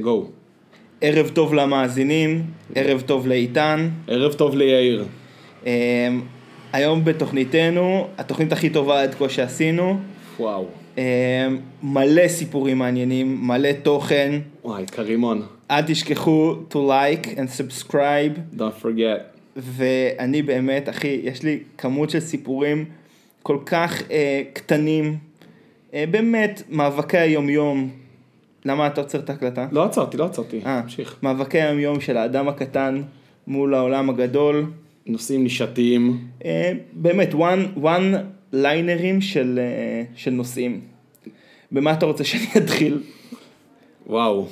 גו. ערב טוב למאזינים, ערב טוב לאיתן. ערב טוב ליאיר. אמ, היום בתוכניתנו, התוכנית הכי טובה עד כה שעשינו, וואו. אמ, מלא סיפורים מעניינים, מלא תוכן. וואי, קרימון. אל תשכחו to like and subscribe, Don't forget. ואני באמת, אחי, יש לי כמות של סיפורים כל כך אה, קטנים, אה, באמת, מאבקי היומיום. למה אתה עוצר את ההקלטה? לא עצרתי, לא עצרתי. אה, תמשיך. מאבקי היומיום של האדם הקטן מול העולם הגדול. נושאים נישתיים. אה, באמת, one, one ליינרים של, אה, של נושאים. במה אתה רוצה שאני אתחיל? וואו.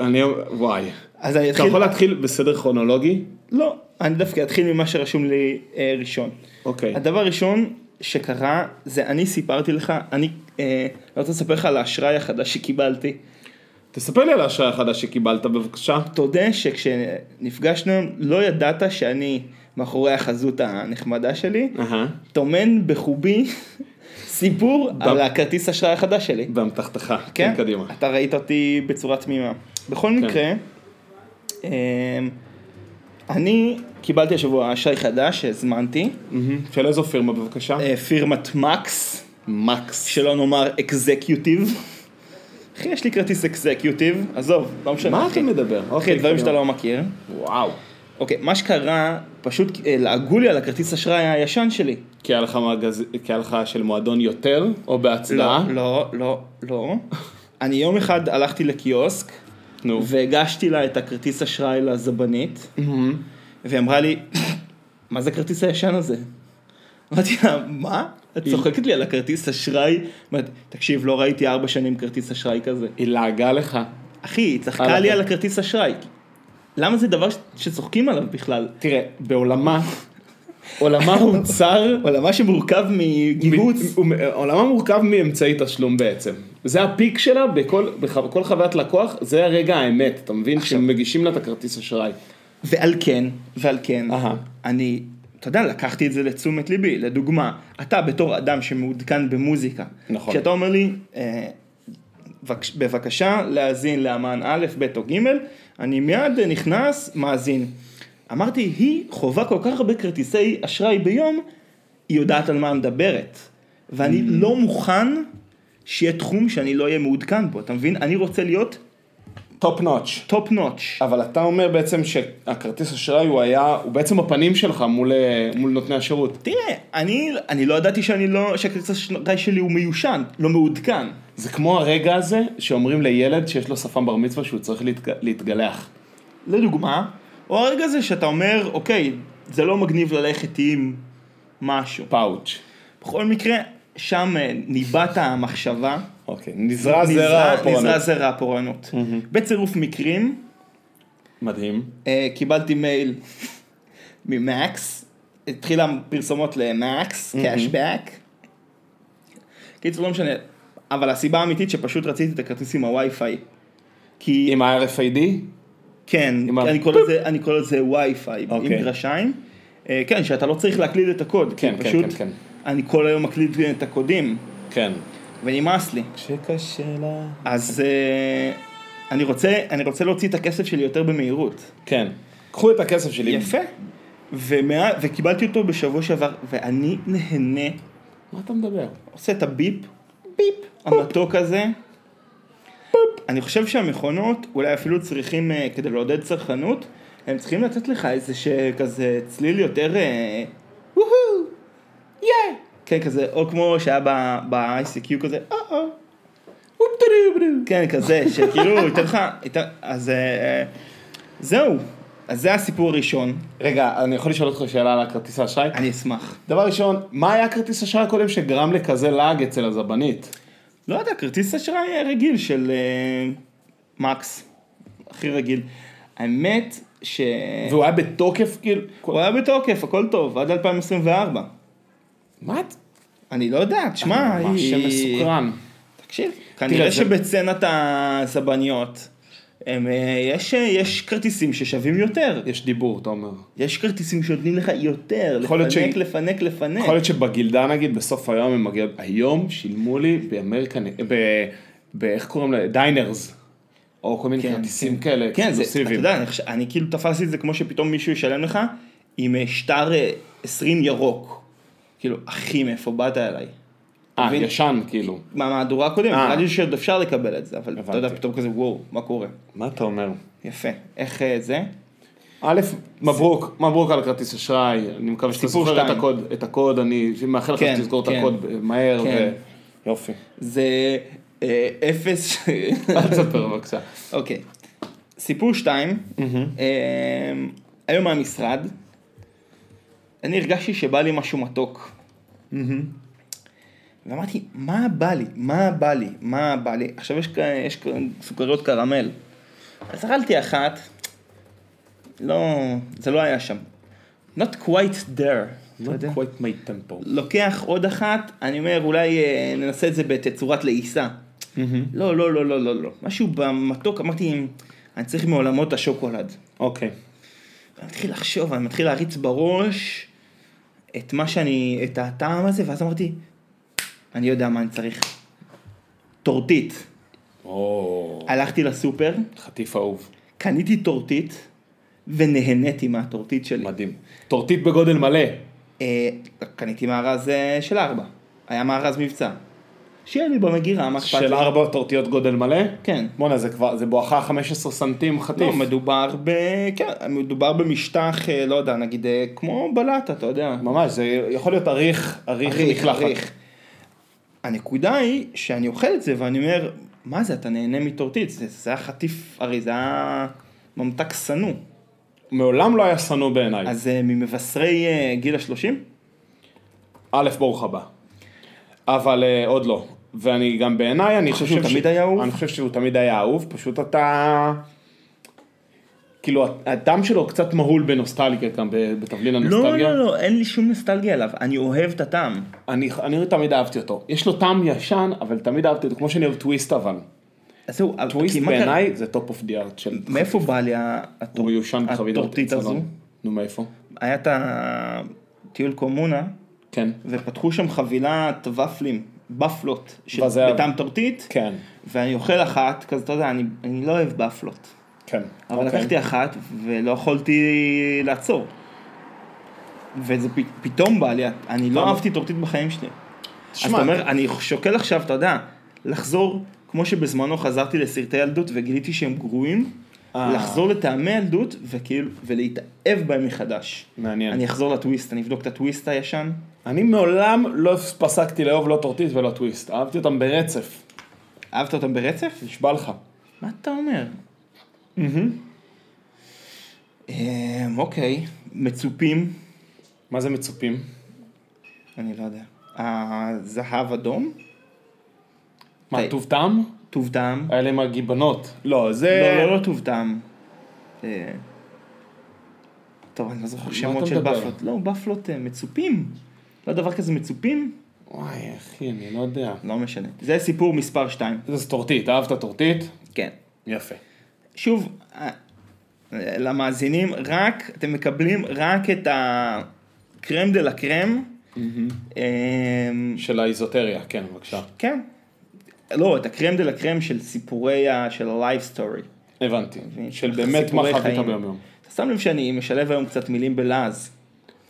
אני... וואי. אז אני אתה אתחיל... יכול להתחיל בסדר כרונולוגי? לא, אני דווקא אתחיל ממה שרשום לי אה, ראשון. אוקיי. הדבר הראשון שקרה זה אני סיפרתי לך, אני אה, לא רוצה לספר לך על האשראי החדש שקיבלתי. תספר לי על האשראי החדש שקיבלת בבקשה. תודה שכשנפגשנו לא ידעת שאני מאחורי החזות הנחמדה שלי, אהה. טומן בחובי סיפור ב- על הכרטיס אשראי החדש שלי. באמתחתך. כן, כן, קדימה. כן. אתה ראית אותי בצורה תמימה. בכל מקרה, אמ, אני קיבלתי השבוע אשראי חדש שהזמנתי, מהמם. של איזו פירמה בבקשה? אה, פירמת מקס, מקס. שלא נאמר אקזקיוטיב. אחי, יש לי כרטיס אקזקיוטיב, עזוב, לא משנה. מה אחי. אתה מדבר? אחי, אוקיי, דברים קדימה. שאתה לא מכיר. וואו. אוקיי, מה שקרה, פשוט אה, לעגו לי על הכרטיס אשראי הישן שלי. כי היה לך מגז... כי היה לך של מועדון יותר, או בהצדעה? לא, לא, לא. אני יום אחד הלכתי לקיוסק, נו. והגשתי לה את הכרטיס אשראי לזבנית. מהמם. והיא אמרה לי, מה זה הכרטיס הישן הזה? אמרתי לה, מה? את היא- צוחקת לי על הכרטיס אשראי? אמרת, תקשיב, לא ראיתי ארבע שנים כרטיס אשראי כזה. היא לעגה לך. אחי, היא צחקה אה, לי נכון. על הכרטיס אשראי. למה זה דבר ש- שצוחקים עליו בכלל? תראה, בעולמה, עולמה הוא צר, עולמה שמורכב מגיהוץ. הוא- הוא- עולמה מורכב מאמצעי תשלום בעצם. זה הפיק שלה בכל, בח- בכל חוויית לקוח, זה הרגע האמת, אתה מבין? שמגישים לה את הכרטיס אשראי. ועל כן, ועל כן, אהה. אני, אתה יודע, לקחתי את זה לתשומת ליבי, לדוגמה, אתה בתור אדם שמעודכן במוזיקה, נכון. כשאתה אומר לי, אה, בבקש- בבקשה להאזין לאמן א', ב' או ג', אני מיד נכנס, מאזין. אמרתי, היא חווה כל כך הרבה כרטיסי אשראי ביום, היא יודעת על מה היא מדברת, ואני לא מוכן שיהיה תחום שאני לא אהיה מעודכן בו, אתה מבין? אני רוצה להיות טופ נוטש. טופ נוטש. אבל אתה אומר בעצם שהכרטיס אשראי הוא היה, הוא בעצם בפנים שלך מול, אה, מול נותני השירות. תראה, אני, אני לא ידעתי שאני לא, שהכרטיס האשראי שלי הוא מיושן, לא מעודכן. זה כמו הרגע הזה שאומרים לילד שיש לו שפם בר מצווה שהוא צריך להתג- להתגלח. לדוגמה, או הרגע הזה שאתה אומר, אוקיי, זה לא מגניב ללכת עם משהו. פאוץ'. בכל מקרה, שם אה, ניבאת המחשבה. אוקיי, נזרע זרע נזרע- נזרע הפורענות. זרע הפורענות. בצירוף מקרים, מדהים. אה, קיבלתי מייל ממקס, התחילה פרסומות למקס, קאשבק. קיצור, לא משנה, אבל הסיבה האמיתית שפשוט רציתי את הכרטיס עם הווי-פיי. כי, עם ה-RFID? כן, עם ה- אני קורא לזה- אני קורא לזה ווי-פיי, עם אוקיי. גרשיים. אה, כן, שאתה לא צריך להקליד את הקוד, כי כן, כן, פשוט כן, כן. אני כל היום מקליד את הקודים, כן. ונמאס לי. כשקשה לה... אז אה, אני רוצה- אני רוצה להוציא את הכסף שלי יותר במהירות. כן. קחו את הכסף שלי. יפה. ומה, וקיבלתי אותו בשבוע שעבר, ואני נהנה, מה אתה מדבר? עושה את הביפ, ביפ, המתוק הזה. אני חושב שהמכונות, אולי אפילו צריכים, אה, כדי לעודד צרכנות, הם צריכים לתת לך איזה שכזה צליל יותר, אה, וואו, יא, כן כזה, או כמו שהיה ב- ב-ICQ כזה, או או, וופ טו דו בדו. כן כזה, שכאילו, ייתן לך, ייתן- אז אה, זהו, אז זה הסיפור הראשון, רגע, אני יכול לשאול אותך שאלה על הכרטיס האשראי? אני אשמח. דבר ראשון, מה היה הכרטיס האשראי הקודם שגרם לכזה לעג אצל הזבנית? לא יודע, כרטיס אשראי רגיל של אה, מקס, הכי רגיל. האמת ש... והוא היה בתוקף כאילו... הוא היה בתוקף, הכל טוב, עד 2024. מה את? אני לא יודע, תשמע, ממש מסוקרן. תקשיב, כנראה זה- שבצנת הסבניות, הם, אה, יש, אה, יש כרטיסים ששווים יותר. יש דיבור, אתה אומר. יש כרטיסים שנותנים לך יותר, יכול להיות לפנק, ש- לפנק, לפנק. יכול להיות שבגילדה נגיד, בסוף היום הם מגיעים... היום שילמו לי באמריקן... ב... ב... איך קוראים לזה? דיינרס. או כל מיני כן, כרטיסים כאלה כן, זה, אתה אקסקלוסיביים. יודע, אני, חושב- אני כאילו תפסתי את זה כמו שפתאום מישהו ישלם לך עם אה, שטר אה, 20 ירוק. כאילו, אחי, מאיפה באת אליי? אה, מבין? ישן כאילו. מהמהדורה הקודמת, אה. נראה לי שעוד אפשר לקבל את זה, אבל אתה יודע, הבנתי. פתאום כזה, וואו, מה קורה? מה אתה אומר? יפה, איך אה, זה? א', מברוק, מברוק על כרטיס אשראי, אני מקווה שאתה סיפור זוכר את שתיים. הקוד, את הקוד, אני מאחל לך כן, שתזכור את כן. הקוד מהר. כן. ו- יופי. זה אה, אפס... אל תספר בבקשה. אוקיי. סיפור שתיים, אה, היום מהמשרד, אני הרגשתי שבא לי משהו מתוק. ואמרתי, מה בא לי? מה בא לי? מה בא לי? עכשיו יש, כ- יש כ- סוכריות קרמל. אז אכלתי אחת, לא, זה לא היה שם. Not quite there. לא אתה יודע? quite my tempo. לוקח עוד אחת, אני אומר, אולי אה, ננסה את זה בתצורת לעיסה. לא, לא, לא, לא, לא, לא. משהו במתוק, אמרתי, אני צריך מעולמות השוקולד. אוקיי. אני מתחיל לחשוב, אני מתחיל להריץ בראש את מה שאני, את הטעם הזה, ואז אמרתי, אני יודע מה אני צריך. טורטית. או, הלכתי לסופר, חטיף אהוב. קניתי טורטית, ונהניתי מהטורטית שלי. מדהים. טורטית בגודל מלא. אה, קניתי מארז אה, של ארבע. היה מארז מבצע. שיהיה לי במגירה, מה אכפת לי? של ארבע טורטיות גודל מלא? כן. בואנה, זה כבר, זה בואכה 15 סנטים לא, חטיף. מדובר ב... כן, מדובר במשטח, אה, לא יודע, נגיד אה, כמו בלטה, אתה יודע. ממש, זה יכול להיות אריך, אריך מקלחת. הנקודה היא שאני אוכל את זה ואני אומר, מה זה, אתה נהנה מטורטית, זה, זה היה חטיף, הרי זה היה ממתק שנוא. מעולם לא היה שנוא בעיניי. אז אה, ממבשרי אה, גיל השלושים? א', ברוך הבא. אבל אה, עוד לא. ואני גם בעיניי, אני חושב שהוא תמיד היה אהוב? אני חושב שהוא תמיד היה אהוב, פשוט אתה... כאילו, הדם שלו קצת מהול בנוסטלגיה גם, ב- בתבלין לא, הנוסטלגיה. לא, לא, אין לי שום נוסטלגיה עליו, אני אוהב את הטעם. אני, אני תמיד אהבתי אותו. יש לו טעם ישן, אבל תמיד אהבתי אותו, כמו שאני אוהב טוויסט אבל. אז זהו, אבל- טוויסט כי מה קרה- בעיניי זה טופ אוף די ארט של... מאיפה בא לי ה- הטור- הוא יושן בחבילות הטורטית צלון. הזו? נו, מאיפה? היה את הטיול קומונה, כן. ופתחו שם חבילת ופלים, בפלות, של- ואז היה- בטעם טורטית, כן. ואני אוכל אחת, כזה, אתה יודע, אני, אני לא אוהב בפלות. כן. אבל אוקיי. לקחתי אחת, ולא יכולתי לעצור. וזה פ- פתאום בא לי, אני לא למה? אהבתי טורטית בחיים שלי. אז תשמע, אתה אומר, אני שוקל עכשיו, אתה יודע, לחזור, כמו שבזמנו חזרתי לסרטי ילדות וגיליתי שהם גרועים, אה. לחזור לטעמי ילדות וכאילו, ולהתאהב בהם מחדש. מעניין. אני אחזור לטוויסט, אני אבדוק את הטוויסט הישן. אני מעולם לא פסקתי לאהוב לא טורטית ולא טוויסט, אהבתי אותם ברצף, אהבת אותם ברצף? נשבע לך. מה אתה אומר? אמ, אוקיי, מצופים, מה זה מצופים? אני לא יודע. הזהב אדום? מה, טעי. טוב טעם? טוב טעם? היה להם הגיבנות. לא, לא, זה... לא, לא טוב טעם. אה, טוב, אני לא זוכר שמות אתה של מדבר? בפלות. לא, בפלות אה, מצופים. לא דבר כזה מצופים? לא. וואי, אחי, אני לא יודע. לא משנה. זה סיפור מספר 2. זה טורטית, אהבת טורטית? כן. יפה. שוב, אה, למאזינים, רק, אתם מקבלים רק את הקרם דה לה קרם. אמ, של האיזוטריה, כן, בבקשה. כן. לא, את הקרם דה לה קרם של סיפורי, ה- של ה-life story. הבנתי. מבין? של באמת מה סיפורי חווית חיים. ביום-יום. אתה שם לב שאני משלב היום קצת מילים בלעז.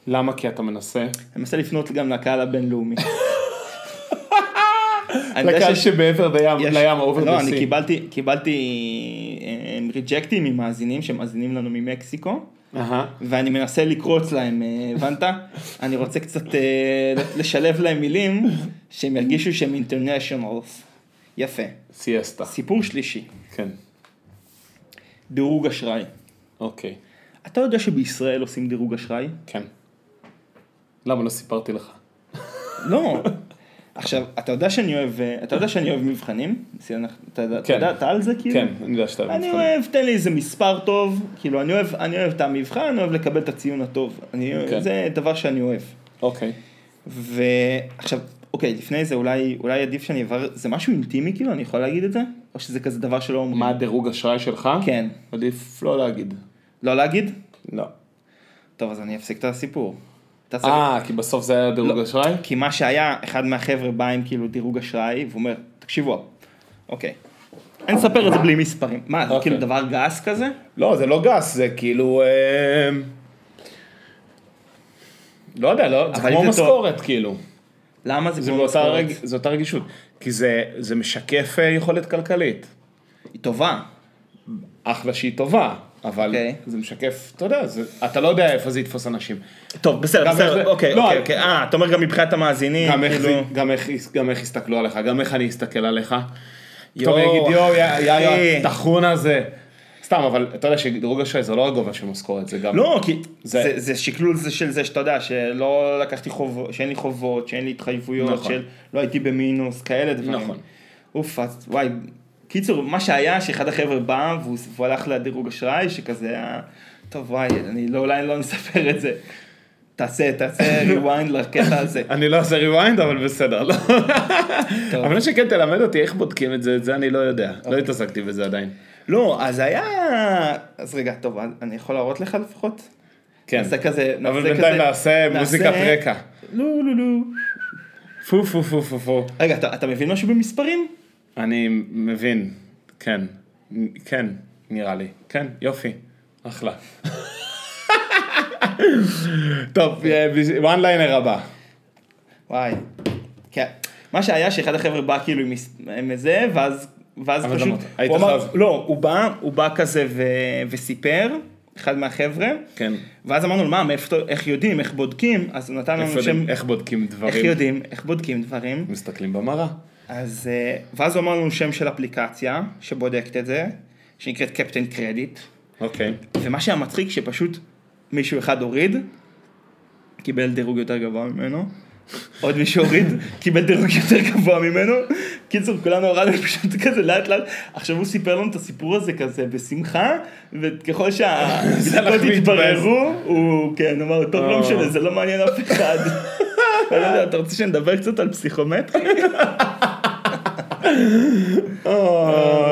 למה? כי אתה מנסה. אני מנסה לפנות גם לקהל הבינלאומי. אני יודע לקהל שיש- שבעבר בים, יש- לים, האובר לא, אני בסין. קיבלתי, קיבלתי אה, ריג'קטים ממאזינים שמאזינים לנו ממקסיקו, אהה. ואני מנסה לקרוץ להם, אה, הבנת? אני רוצה קצת אה, לשלב להם מילים שהם ירגישו שהם אינטרנשיונלס. יפה. סיאסטה. סיפור שלישי, כן. דירוג אשראי. אוקיי. אתה יודע שבישראל עושים דירוג אשראי? כן. למה לא סיפרתי לך? כן. לא. עכשיו, אתה יודע שאני אוהב, אה, אתה יודע שאני אוהב מבחנים? אתה יודע, אתה כן. יודע, אתה על זה כאילו? כן, אני יודע שאתה... אני מבחנים. אוהב, תן לי איזה מספר טוב, כאילו אני אוהב, אני אוהב את המבחן, אני אוהב לקבל את הציון הטוב, אני, כן. זה דבר שאני אוהב. אוקיי. ועכשיו, אוקיי, לפני זה אולי, אולי עדיף שאני אברר, זה משהו אינטימי כאילו, אני יכול להגיד את זה? או שזה כזה דבר שלא אומרים? מה הדירוג אשראי שלך? כן. עדיף לא להגיד. לא להגיד? לא. טוב, אז אני אפסיק את הסיפור. אתה צריך- אה, כי בסוף זה היה דירוג לא. אשראי? כי מה שהיה, אחד מהחבר'ה בא עם כאילו דירוג אשראי, והוא אומר, תקשיבו, אוקיי, אני אספר את זה בלי מספרים. מה, זה אוקיי. כאילו דבר גס כזה? לא, זה לא גס, זה כאילו... אה, לא יודע, לא, זה אבל כמו אם זה טוב- משכורת, כאילו. למה זה זה לא כמו באותה משכורת? רג- זה אותה רגישות. כי זה זה משקף אה, יכולת כלכלית. היא טובה. אחלה שהיא טובה, אבל אוקיי. זה משקף, אתה יודע, זה- אתה לא יודע איפה זה יתפוס אנשים. טוב, בסדר, גם איך בסדר, זה- אוקיי, לא, אוקיי, אני- אוקיי. אה, אתה אומר גם מבחינת המאזינים, גם איך, כאילו... זה- גם, איך, גם איך יסתכלו עליך, גם איך אני אסתכל עליך. יואו, יואו, יגיד יואו, יא יא- יא אחי." הטחון הזה. סתם, אבל אתה יודע שדירוג אשראי זה לא הגובה של משכורת, זה גם... לא, כי זה- זה, זה שקלול זה של זה שאתה יודע, שלא לקחתי חובות, שאין לי חובות, שאין לי התחייבויות, נכון. של לא הייתי במינוס, כאלה דברים. נכון. אוף, אז וואי. קיצור, מה שהיה, שאחד החבר'ה בא, והוא והוא הלך לדירוג אשראי, שכזה היה, טוב וואי, אני לא, אולי לא נספר את זה. תעשה, תעשה rewind לקטע הזה. אני לא אעשה rewind, אבל בסדר, לא. אבל מה שכן, תלמד אותי איך בודקים את זה, את זה אני לא יודע. לא התעסקתי בזה עדיין. לא, אז היה... אז רגע, טוב, אני יכול להראות לך לפחות? כן. נעשה כזה, נעשה אבל כזה. בינתיים נעשה מוזיקת נעשה- רקע. לא, לא, לא. פו פו פו פו פו. רגע, אתה, אתה מבין משהו במספרים? אני מבין, כן. כן, נראה לי. כן, יופי. אחלה. טוב, וואן ליינר הבא. וואי. כן. מה שהיה שאחד החבר'ה בא כאילו עם מס- עם זה, ואז, ואז אבל פשוט, למה? היית הוא אמר, חייב. לא, הוא בא, הוא בא כזה ו, וסיפר, אחד מהחבר'ה, כן. ואז אמרנו לו, מה, מאיפה, איך יודעים, איך בודקים, אז הוא נתן איפה לנו שם, יודעים- איך בודקים דברים? איך יודעים, איך בודקים דברים, מסתכלים במראה. אז, אה, ואז הוא אמר לנו שם של אפליקציה, שבודקת את זה, שנקראת קפטן קרדיט, אוקיי. ומה שהיה מצחיק, שפשוט מישהו אחד הוריד, קיבל דירוג יותר גבוה ממנו, עוד מישהו הוריד, קיבל דירוג יותר גבוה ממנו. קיצור, כולנו הורדנו פשוט כזה לאט לאט. עכשיו הוא סיפר לנו את הסיפור הזה כזה בשמחה, וככל שהבדיקות הלך והתבאס. התבררו, הוא כן אמר, טוב, אה. לא משנה, זה לא מעניין אף אחד. אני לא יודע, אתה רוצה שנדבר קצת על פסיכומטרי? אה,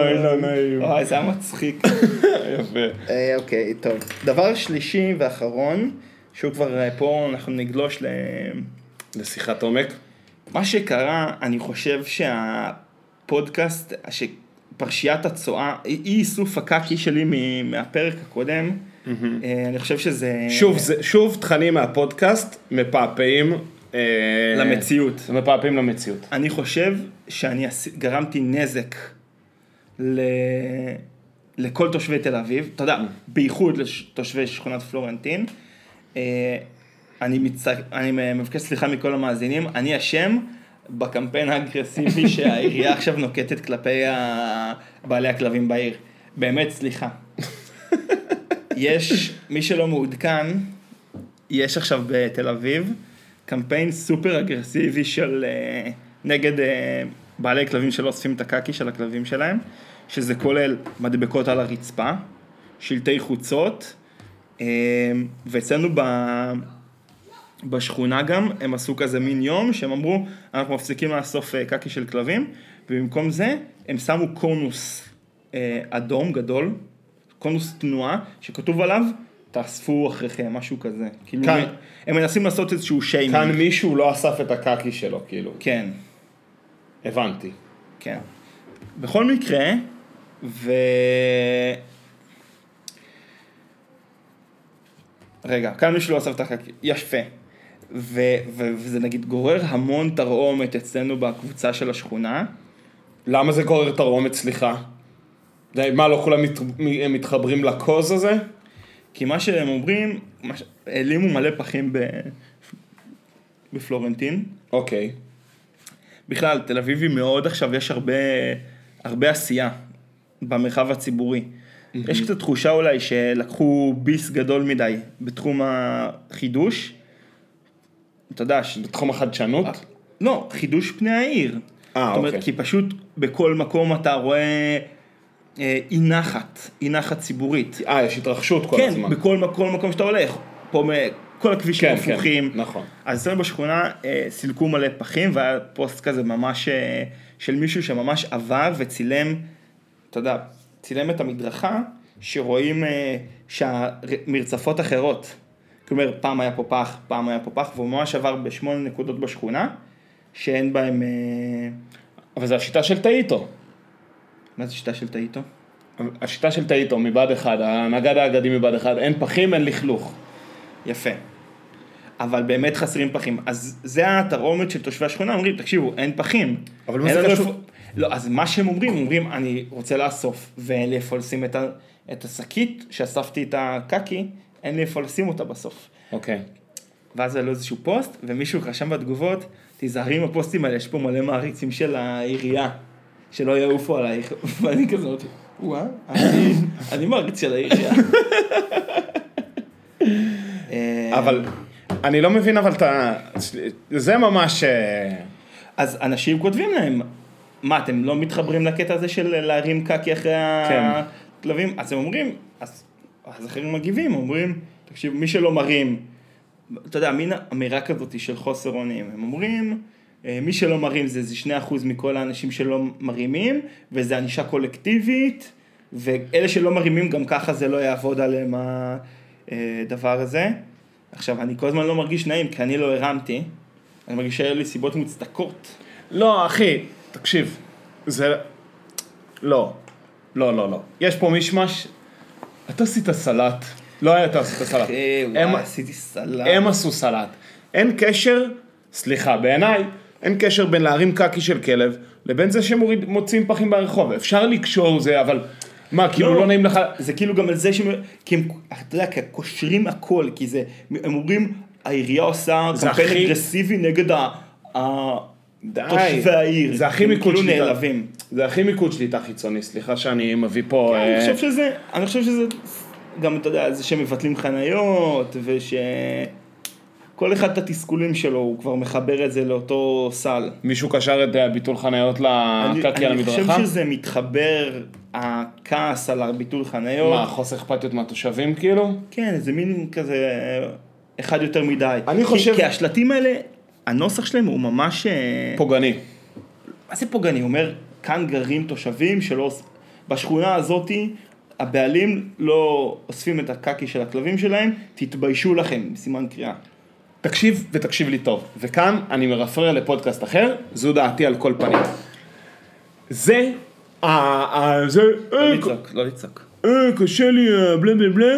אוי, לא נעים. וואי, זה היה מצחיק. יפה. אה, אוקיי, טוב. דבר שלישי ואחרון, שהוא כבר אה, פה, אנחנו נגלוש ל... לשיחת עומק. מה שקרה, אני חושב שהפודקאסט, ש- פרשיית הצואה, אי אי איסוף הקקי שלי מ- מהפרק הקודם, אה, אני חושב שזה... שוב, זה- שוב תכנים מהפודקאסט מפעפעים. אה, למציאות. מפעפעים למציאות. אני חושב שאני עש- גרמתי נזק ל... לכל תושבי תל אביב, אתה יודע, בייחוד לתושבי שכונת פלורנטין. אה, אני, מצ... אני מבקש סליחה מכל המאזינים, אני אשם בקמפיין האגרסיבי שהעירייה עכשיו נוקטת כלפי ה- בעלי הכלבים בעיר. באמת סליחה. יש, מי שלא מעודכן, יש עכשיו בתל אביב קמפיין סופר אגרסיבי של אה, נגד אה, בעלי כלבים שלא אוספים את הקקי של הכלבים שלהם, שזה כולל מדבקות על הרצפה, שלטי חוצות, אה, ואצלנו ב... בשכונה גם, הם עשו כזה מין יום, שהם אמרו, אנחנו מפסיקים לאסוף אה, קקי של כלבים, ובמקום זה, הם שמו קונוס אה, אדום גדול, קונוס תנועה, שכתוב עליו, תאספו אחריכם, משהו כזה. כאילו, כאן. הם- הם מנסים לעשות איזשהו שיימינג. כאן מישהו לא אסף את הקקי שלו, כאילו. כן, הבנתי. כן. בכל מקרה, ו... רגע, כאן מישהו לא אסף את החלק, יפה. ו- ו- וזה נגיד גורר המון תרעומת אצלנו בקבוצה של השכונה. למה זה גורר תרעומת, סליחה? די, מה, לא כולם מת, מ- מתחברים לקוז הזה? כי מה שהם אומרים, מה ש- העלימו מלא פחים ב... בפלורנטין. אוקיי. בכלל, תל אביב היא מאוד עכשיו, יש הרבה, הרבה עשייה במרחב הציבורי. יש קצת תחושה אולי שלקחו ביס גדול מדי בתחום החידוש. אתה יודע, ש... בתחום החדשנות? לא, חידוש פני העיר. אה, זאת אומרת, אוקיי. כי פשוט בכל מקום אתה רואה אה, אי נחת, אי נחת ציבורית. אה, יש התרחשות כל כן, הזמן. בכל מקום, מקום שאתה הולך. פה מ- כל הכבישים כן, כן, הפוכים. נכון. אז אצלנו בשכונה אה, סילקו מלא פחים, והיה פוסט כזה ממש אה, של מישהו שממש עבר וצילם, אתה יודע, צילם את המדרכה, שרואים אה, שהמרצפות אחרות. כלומר, פעם היה פה פח, פעם היה פה פח, והוא ממש עבר בשמונה נקודות בשכונה, שאין בהם... אה, אבל זו השיטה של טעיתו. מה זה שיטה של טעיתו? השיטה של טעיתו מבה"ד 1, הנגד האגדי מבה"ד 1, אין פחים, אין לכלוך. יפה. אבל באמת חסרים פחים. אז זה התרעומת של תושבי השכונה, אומרים, תקשיבו, אין פחים. אבל מה אין זה לנו קשור? איפה- לא, אז מה שהם אומרים, אומרים, אני רוצה לאסוף, ואין לי איפה לשים את, ה... את השקית שאספתי את הקקי, אין לי איפה לשים אותה בסוף. אוקיי. ואז עלו איזשהו פוסט, ומישהו רשם בתגובות, תיזהרי עם הפוסטים האלה, יש פה מלא מעריצים של העירייה, שלא יעופו עלייך, ואני כזאת, וואה, אני- אני מעריץ של העירייה. אה, אבל אני לא מבין אבל את ה... זה ממש... אה, אז אנשים כותבים להם, מה, אתם לא מתחברים לקטע הזה של להרים קקי אחרי כן. הכלבים? אז הם אומרים, אז, אז אחרים מגיבים, אומרים, תקשיב, מי שלא מרים, אתה יודע, מין אמירה כזאת של חוסר אונים, הם אומרים, אה, מי שלא מרים זה איזה 2% מכל האנשים שלא מרימים, וזה ענישה קולקטיבית, ואלה שלא מרימים גם ככה זה לא יעבוד עליהם הדבר הזה. עכשיו, אני כל הזמן לא מרגיש נעים, כי אני לא הרמתי, אני מרגיש שהיו לי סיבות מוצדקות. לא, אחי, תקשיב. זה... לא. לא, לא, לא. יש פה מישמש. אתה עשית סלט. לא היה אתה עשית סלט. אחי, הם- אוקיי, וואי, עשיתי סלט. הם עשו סלט. אין קשר, סליחה, בעיניי, אין קשר בין להרים קקי של כלב לבין זה שמוציאים פחים ברחוב. אפשר לקשור זה, אבל... מה, כאילו לא, לא. נעים לך... זה כאילו גם על זה שהם, כי הם, אתה יודע, כי קושרים הכל, כי זה, הם אומרים, העירייה עושה זה קמפיין הכי- אגרסיבי נגד ה... ה- די. תושבי העיר. זה הכי הם מיקוד כאילו שליטה. נעלבים. זה הכי מיקוד שליטה חיצוני, סליחה שאני מביא פה... כן, אני אה, חושב שזה, אני חושב שזה, גם אתה יודע, זה שמבטלים חניות, וש... כל אחד את התסכולים שלו, הוא כבר מחבר את זה לאותו סל. מישהו קשר את אה, ביטול חניות אני, לקקי אה, על אני חושב המדרכה? שזה מתחבר, הכעס על הביטול חניות. מה, חוסר אכפתיות מהתושבים כאילו? כן, זה מין כזה אה, אחד יותר מדי. אני כי- חושב- כי השלטים האלה, הנוסח שלהם הוא ממש... אה, פוגעני. מה זה פוגעני? הוא אומר, כאן גרים תושבים שלא... עוש- בשכונה הזאתי, הבעלים לא אוספים את הקקי של הכלבים שלהם, תתביישו לכם, סימן קריאה. תקשיב ותקשיב לי טוב, וכאן אני מרפרר לפודקאסט אחר, זו דעתי על כל פנים. זה, אה, אה, זה, אה, לא לצעוק. אה, קשה לי, אה, בלה בלה בלה,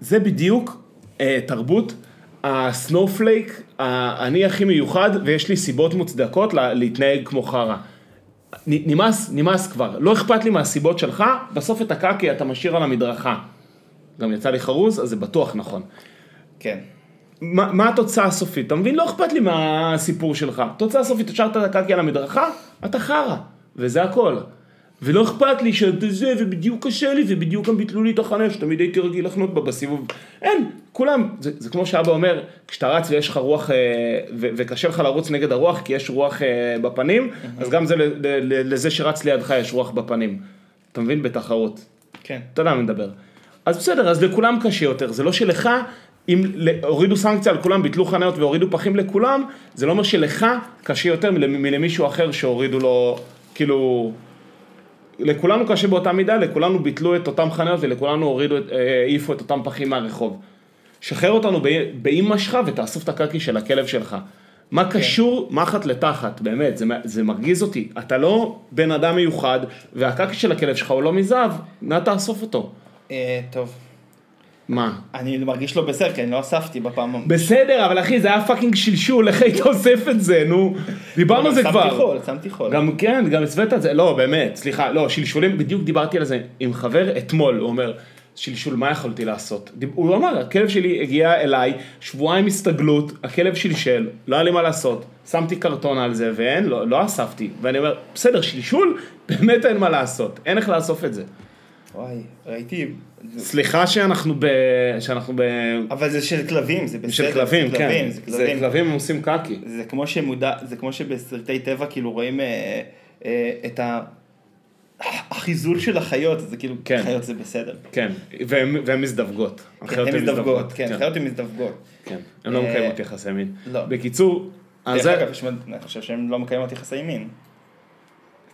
זה בדיוק אה, תרבות. הסנופלייק, ה- אני הכי מיוחד ויש לי סיבות מוצדקות לה- להתנהג כמו חרא. נ- נמאס, נמאס כבר, לא אכפת לי מהסיבות שלך, בסוף את הקקי אתה משאיר על המדרכה. גם יצא לי חרוז, אז זה בטוח נכון. כן. מה, מה התוצאה הסופית? אתה מבין? לא אכפת לי מהסיפור שלך. תוצאה הסופית, השארת את הקקי על המדרכה, אתה חרא, וזה הכל. ולא אכפת לי שאתה זה, ובדיוק קשה לי, ובדיוק גם ביטלו לי את החניה, שתמיד הייתי רגיל לחנות בה בסיבוב. אין, כולם, זה, זה כמו שאבא אומר, כשאתה רץ ויש לך רוח, אה, ו, וקשה לך לרוץ נגד הרוח, כי יש רוח אה, בפנים, אז גם זה ל, ל, ל, לזה שרץ לידך יש רוח בפנים. אתה מבין? בתחרות. כן. אתה יודע על מה מדבר. אז בסדר, אז לכולם קשה יותר, זה לא שלך, אם ל- הורידו סנקציה על כולם, ביטלו חניות והורידו פחים לכולם, זה לא אומר שלך קשה יותר מל- מלמישהו אחר שהורידו לו, כאילו, לכולנו קשה באותה מידה, לכולנו ביטלו את אותם חניות ולכולנו הורידו, את- אה, העיפו את אותם פחים מהרחוב. שחרר אותנו ב- באימא שלך ותאסוף את הקקי של הכלב שלך. כן. מה קשור מחט לתחת, באמת, זה, מ- זה מרגיז אותי. אתה לא בן אדם מיוחד, והקקי של הכלב שלך הוא לא מזהב, נא תאסוף אותו. אה, טוב. מה? אני מרגיש לא בסדר, כי אני לא אספתי בפעם הבאה. בסדר, אבל אחי, זה היה פאקינג שלשול, איך היית אוסף את זה, נו? דיברנו על זה כבר. שמתי חול, שמתי חול. גם כן, גם הסווית את זה, לא באמת, סליחה, לא, שלשולים, בדיוק דיברתי על זה עם חבר אתמול, הוא אומר, שלשול, מה יכולתי לעשות? דיב- הוא אמר, הכלב שלי הגיע אליי, שבועיים הסתגלות, הכלב שלשל, לא היה לי מה לעשות, שמתי קרטון על זה ואין, לא, לא אספתי, ואני אומר, בסדר, שלשול, באמת אין מה לעשות, אין איך לאסוף את זה. וואי, ראיתי... סליחה שאנחנו ב... שאנחנו ב... אבל זה של כלבים, זה בסדר. של כלבים, זה כן, זה זה כלבים. כלבים הם עושים קקי. זה כמו שמודע, זה כמו שבסרטי טבע כאילו רואים אה, אה, את ה... החיזול של החיות, זה כאילו, כן. חיות זה בסדר. כן, והן והן מזדווגות. החיות הן הן מזדווגות, כן, חיות הן מזדווגות. כן, הן לא אה, מקיימות יחסי מין. לא. בקיצור, אז דרך זה- אגב, יש מד- אני חושב שהן לא מקיימות יחסי מין.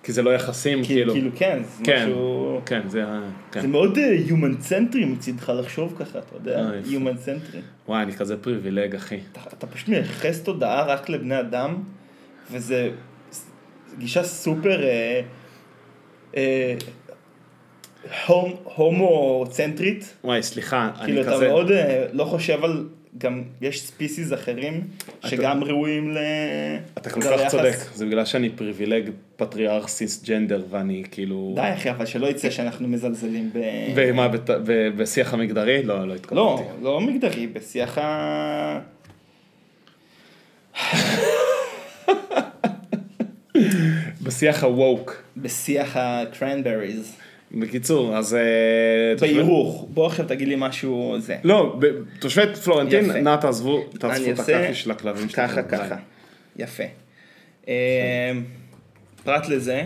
כי זה לא יחסים, כאילו. כאילו, כאילו כן, זה כן. משהו... כן, זה ה... כן. זה מאוד יומן צנטרי מצידך לחשוב ככה, אתה יודע, אה, יפה. יומן צנטרי. וואי, אני כזה פריבילג, אחי. אתה אתה פשוט מייחס תודעה רק לבני אדם, וזה ס- גישה סופר אה, אה, הומ- הומוצנטרית, וואי, סליחה, כאילו אני אתה כזה... מאוד אה, לא חושב על, גם יש ספיסיס אחרים שגם ראויים ל... אתה כל כך ליחס. צודק, זה בגלל שאני פריבילג פטריארך סיס ג'נדר ואני כאילו... די אחי, אבל שלא יצא שאנחנו מזלזלים ב... ומה, בת- ב- בשיח המגדרי? לא, לא התכוונתי. לא, לא מגדרי, בשיח ה... בשיח הווק. בשיח הקרנבריז. בקיצור, אז... אה, תושבי- בהירוך. בוא עכשיו תגיד לי משהו זה. לא, ב- תושבי פלורנטין, יפה. נא תעזבו, תעזבו אני את אעשה הקקי של הכלבים שלכם. ככה די. ככה. יפה. אה, פרט לזה,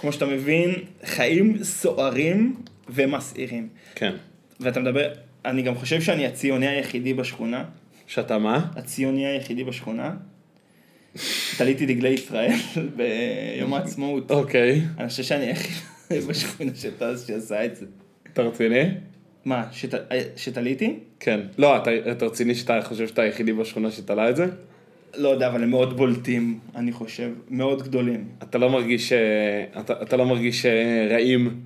כמו שאתה מבין, חיים סוערים ומסעירים. כן. ואתה מדבר, אני גם חושב שאני הציוני היחידי בשכונה. שאתה מה? הציוני היחידי בשכונה. תליתי דגלי ישראל ביום העצמאות. אוקיי. אני חושב שאני היחיד בשכונה שטס שעשה את זה. אתה רציני? מה, שת- אה, שתליתי? כן. לא, אתה אתה רציני שאתה חושב שאתה היחידי בשכונה שתלה את זה? לא יודע, אבל הם מאוד בולטים, אני חושב. מאוד גדולים. אתה לא מרגיש... אה, אתה אתה לא מרגיש אה, רעים.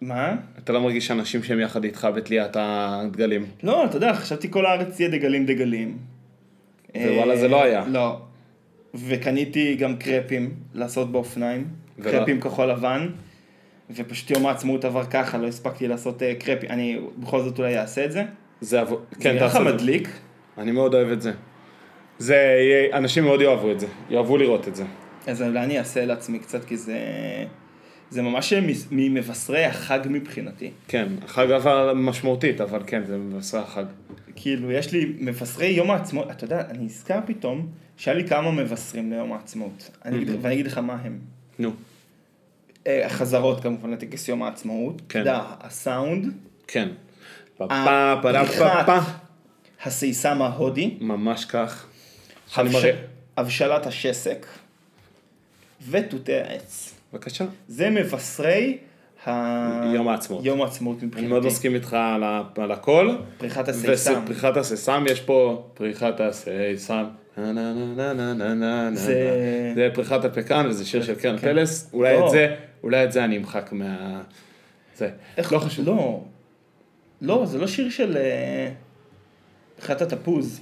מה? אתה לא מרגיש אנשים שהם יחד איתך בתליית הדגלים. לא, אתה יודע, חשבתי כל הארץ יהיה דגלים דגלים. ווואלה, אה, זה לא היה. לא. וקניתי גם קרפים לעשות באופניים. ולא. קרפים כחול לבן. ופשוט יום העצמאות עבר ככה, לא הספקתי לעשות אה, קרפים. אני בכל זאת אולי אעשה את זה. זה עבור... זה כן, נראה לך תעשה את זה. מדליק. אני מאוד אוהב את זה. זה יהיה... אנשים מאוד יאהבו את זה. יאהבו לראות את זה. אז אולי אני אעשה לעצמי קצת, כי זה... זה ממש מ- ממבשרי החג מבחינתי. כן, החג אבל משמעותית, אבל כן, זה מבשר החג. כאילו, יש לי מבשרי יום העצמאות, אתה יודע, אני נזכר פתאום שהיה לי כמה מבשרים ליום העצמאות. אני אוקיי. אגיד, ואני אגיד לך מה הם. נו. אה, החזרות כמובן לטקס יום העצמאות. כן. אתה יודע, הסאונד, כן. אה, פה פה פה פה הבריחה. פה. הסייסם ההודי, ממש כך. שאני הבש- מראה- הבשלת השסק ותותי העץ. בבקשה. זה מבשרי ה... יום העצמאות. יום העצמאות אני מאוד מבחינתי. מסכים איתך על ה- על הכל. פריחת הסייסם. פריחת הססם, יש פה פריחת הססם. נה, נה, נה, נה, נה, נה, נה, נה. זה- זה פריחת הפקן וזה שיר של קרן פלס. אולי לא. את זה, אולי את זה אני אמחק מה... זה. איך לא חשוב. לא. לא, זה לא שיר של... אה, פריחת התפוז.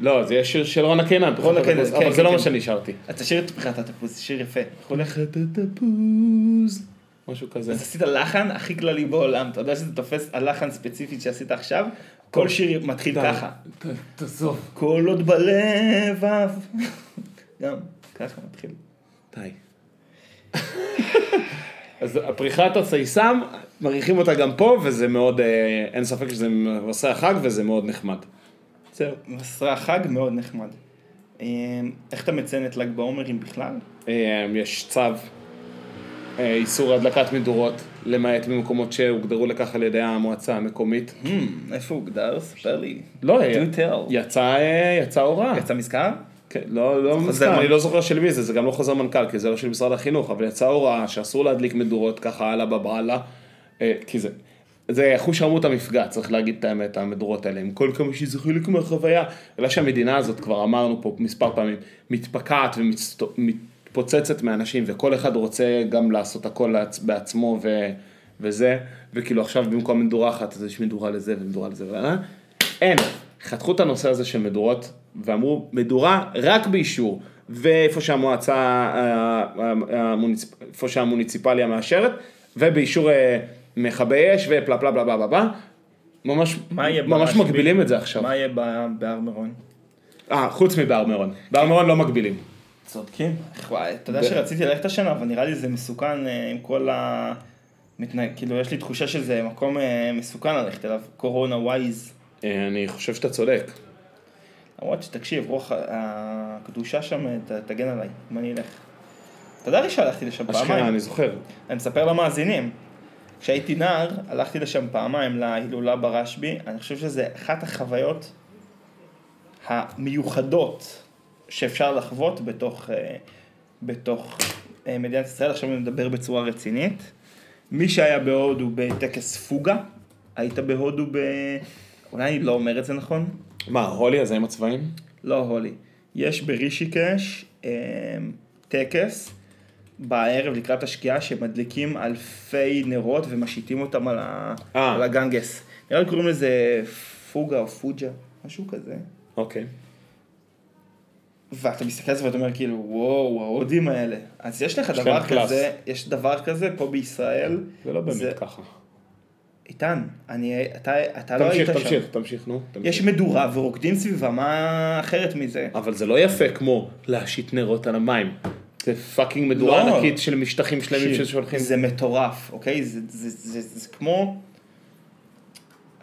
לא, זה יהיה שיר של רונה קינן. פריחת רונה קינן, הפקן, כן, אבל זה כן, לא מה כן. שאני שרתי. אתה שיר את פריחת התפוז, זה שיר יפה. הולך... פריחת התפוז. משהו כזה. אז עשית לחן הכי כללי בעולם, אתה יודע שזה תופס הלחן ספציפית שעשית עכשיו, כל שיר מתחיל ככה. ת- תעזוב. כל עוד בלבב. גם, ככה מתחיל. די. אז פריחת הסייסם, מריחים אותה גם פה, וזה מאוד, אה, אין ספק שזה מבשר החג וזה מאוד נחמד. זהו. מסרי החג מאוד נחמד. אה, איך אתה מציין את ל"ג בעומר אם בכלל? אה, יש צו אה, איסור הדלקת מדורות, למעט במקומות שהוגדרו לכך על ידי המועצה המקומית. Hmm, איפה הוגדר? ספר לי. לא, אה, Do tell. יצא אה, יצא הוראה. יצא מזכר? כן, לא, לא חוזר מזכר, מנ- אני לא זוכר של מי זה, זה גם לא חוזר מנכ"ל, כי זה לא של משרד החינוך, אבל יצאה הוראה שאסור להדליק מדורות ככה הלאה בבעלה, אה, כי זה, זה חוש עמות המפגע, צריך להגיד את האמת, המדורות האלה, עם כל כמה שזה חלק מהחוויה, אלא שהמדינה הזאת, כבר אמרנו פה מספר פעמים, מתפקעת ומתפוצצת מאנשים, וכל אחד רוצה גם לעשות הכל לעצ- בעצמו ו, וזה, וכאילו עכשיו במקום מדורה אחת, אז יש מדורה לזה ומדורה לזה, אה? ו... אין. חתכו את הנושא הזה של מדורות, ואמרו, מדורה רק באישור. ואיפה שהמועצה, אה, אה, המוניציפ... איפה שהמוניציפליה מאשרת, ובאישור אה, מכבי אש ופלה פלה פלה פלה פלה פלה. ממש, מה יהיה ממש ברשב"י? מגבילים את זה עכשיו. מה יהיה ב- בהר מירון? אה, חוץ מבהר מירון. בהר מירון לא מגבילים. צודקים. וואי, אתה יודע ב- שרציתי ללכת השנה, אבל נראה לי זה מסוכן אה, עם כל ה... מתנהג, כאילו, יש לי תחושה שזה מקום אה, מסוכן ללכת אליו, קורונה ווייז. אה, אני חושב שאתה צודק. למרות שתקשיב, רוח ה- הקדושה שם אה, ת- תגן עליי, אם אני אלך. אתה יודע לי שהלכתי לשם אשכרה, פעמיים? אני זוכר. אני מספר למאזינים. כשהייתי נער, הלכתי לשם פעמיים להילולה ברשב"י, אני חושב שזה אחת החוויות המיוחדות שאפשר לחוות בתוך, אה, בתוך אה, מדינת ישראל. עכשיו אני מדבר בצורה רצינית. מי שהיה בהודו בטקס פוגה, היית בהודו ב... אולי אני לא אומר את זה נכון? מה, הולי הזה עם הצבעים? לא הולי. יש ברישיקש, אמ, טקס בערב לקראת השקיעה שמדליקים אלפי נרות ומשיתים אותם על, ה... אה. על הגנגס. נראה לי קוראים לזה פוגה או פוג'ה, משהו כזה. אוקיי. ואתה מסתכל על זה ואתה אומר כאילו, וואו, ההודים האלה. אז יש לך יש דבר להם קלאס. כזה, יש דבר כזה פה בישראל. זה לא זה- באמת ככה. איתן, אני, אתה, אתה לא היית תמשיך, שם. תמשיך, תמשיך, נו. תמשיך. יש מדורה ורוקדים סביבה, מה אחרת מזה? אבל זה לא יפה כמו להשית נרות על המים. זה פאקינג מדורה לא. ענקית של משטחים שלמים ששולחים. זה מטורף, אוקיי? זה, זה, זה, זה, זה כמו...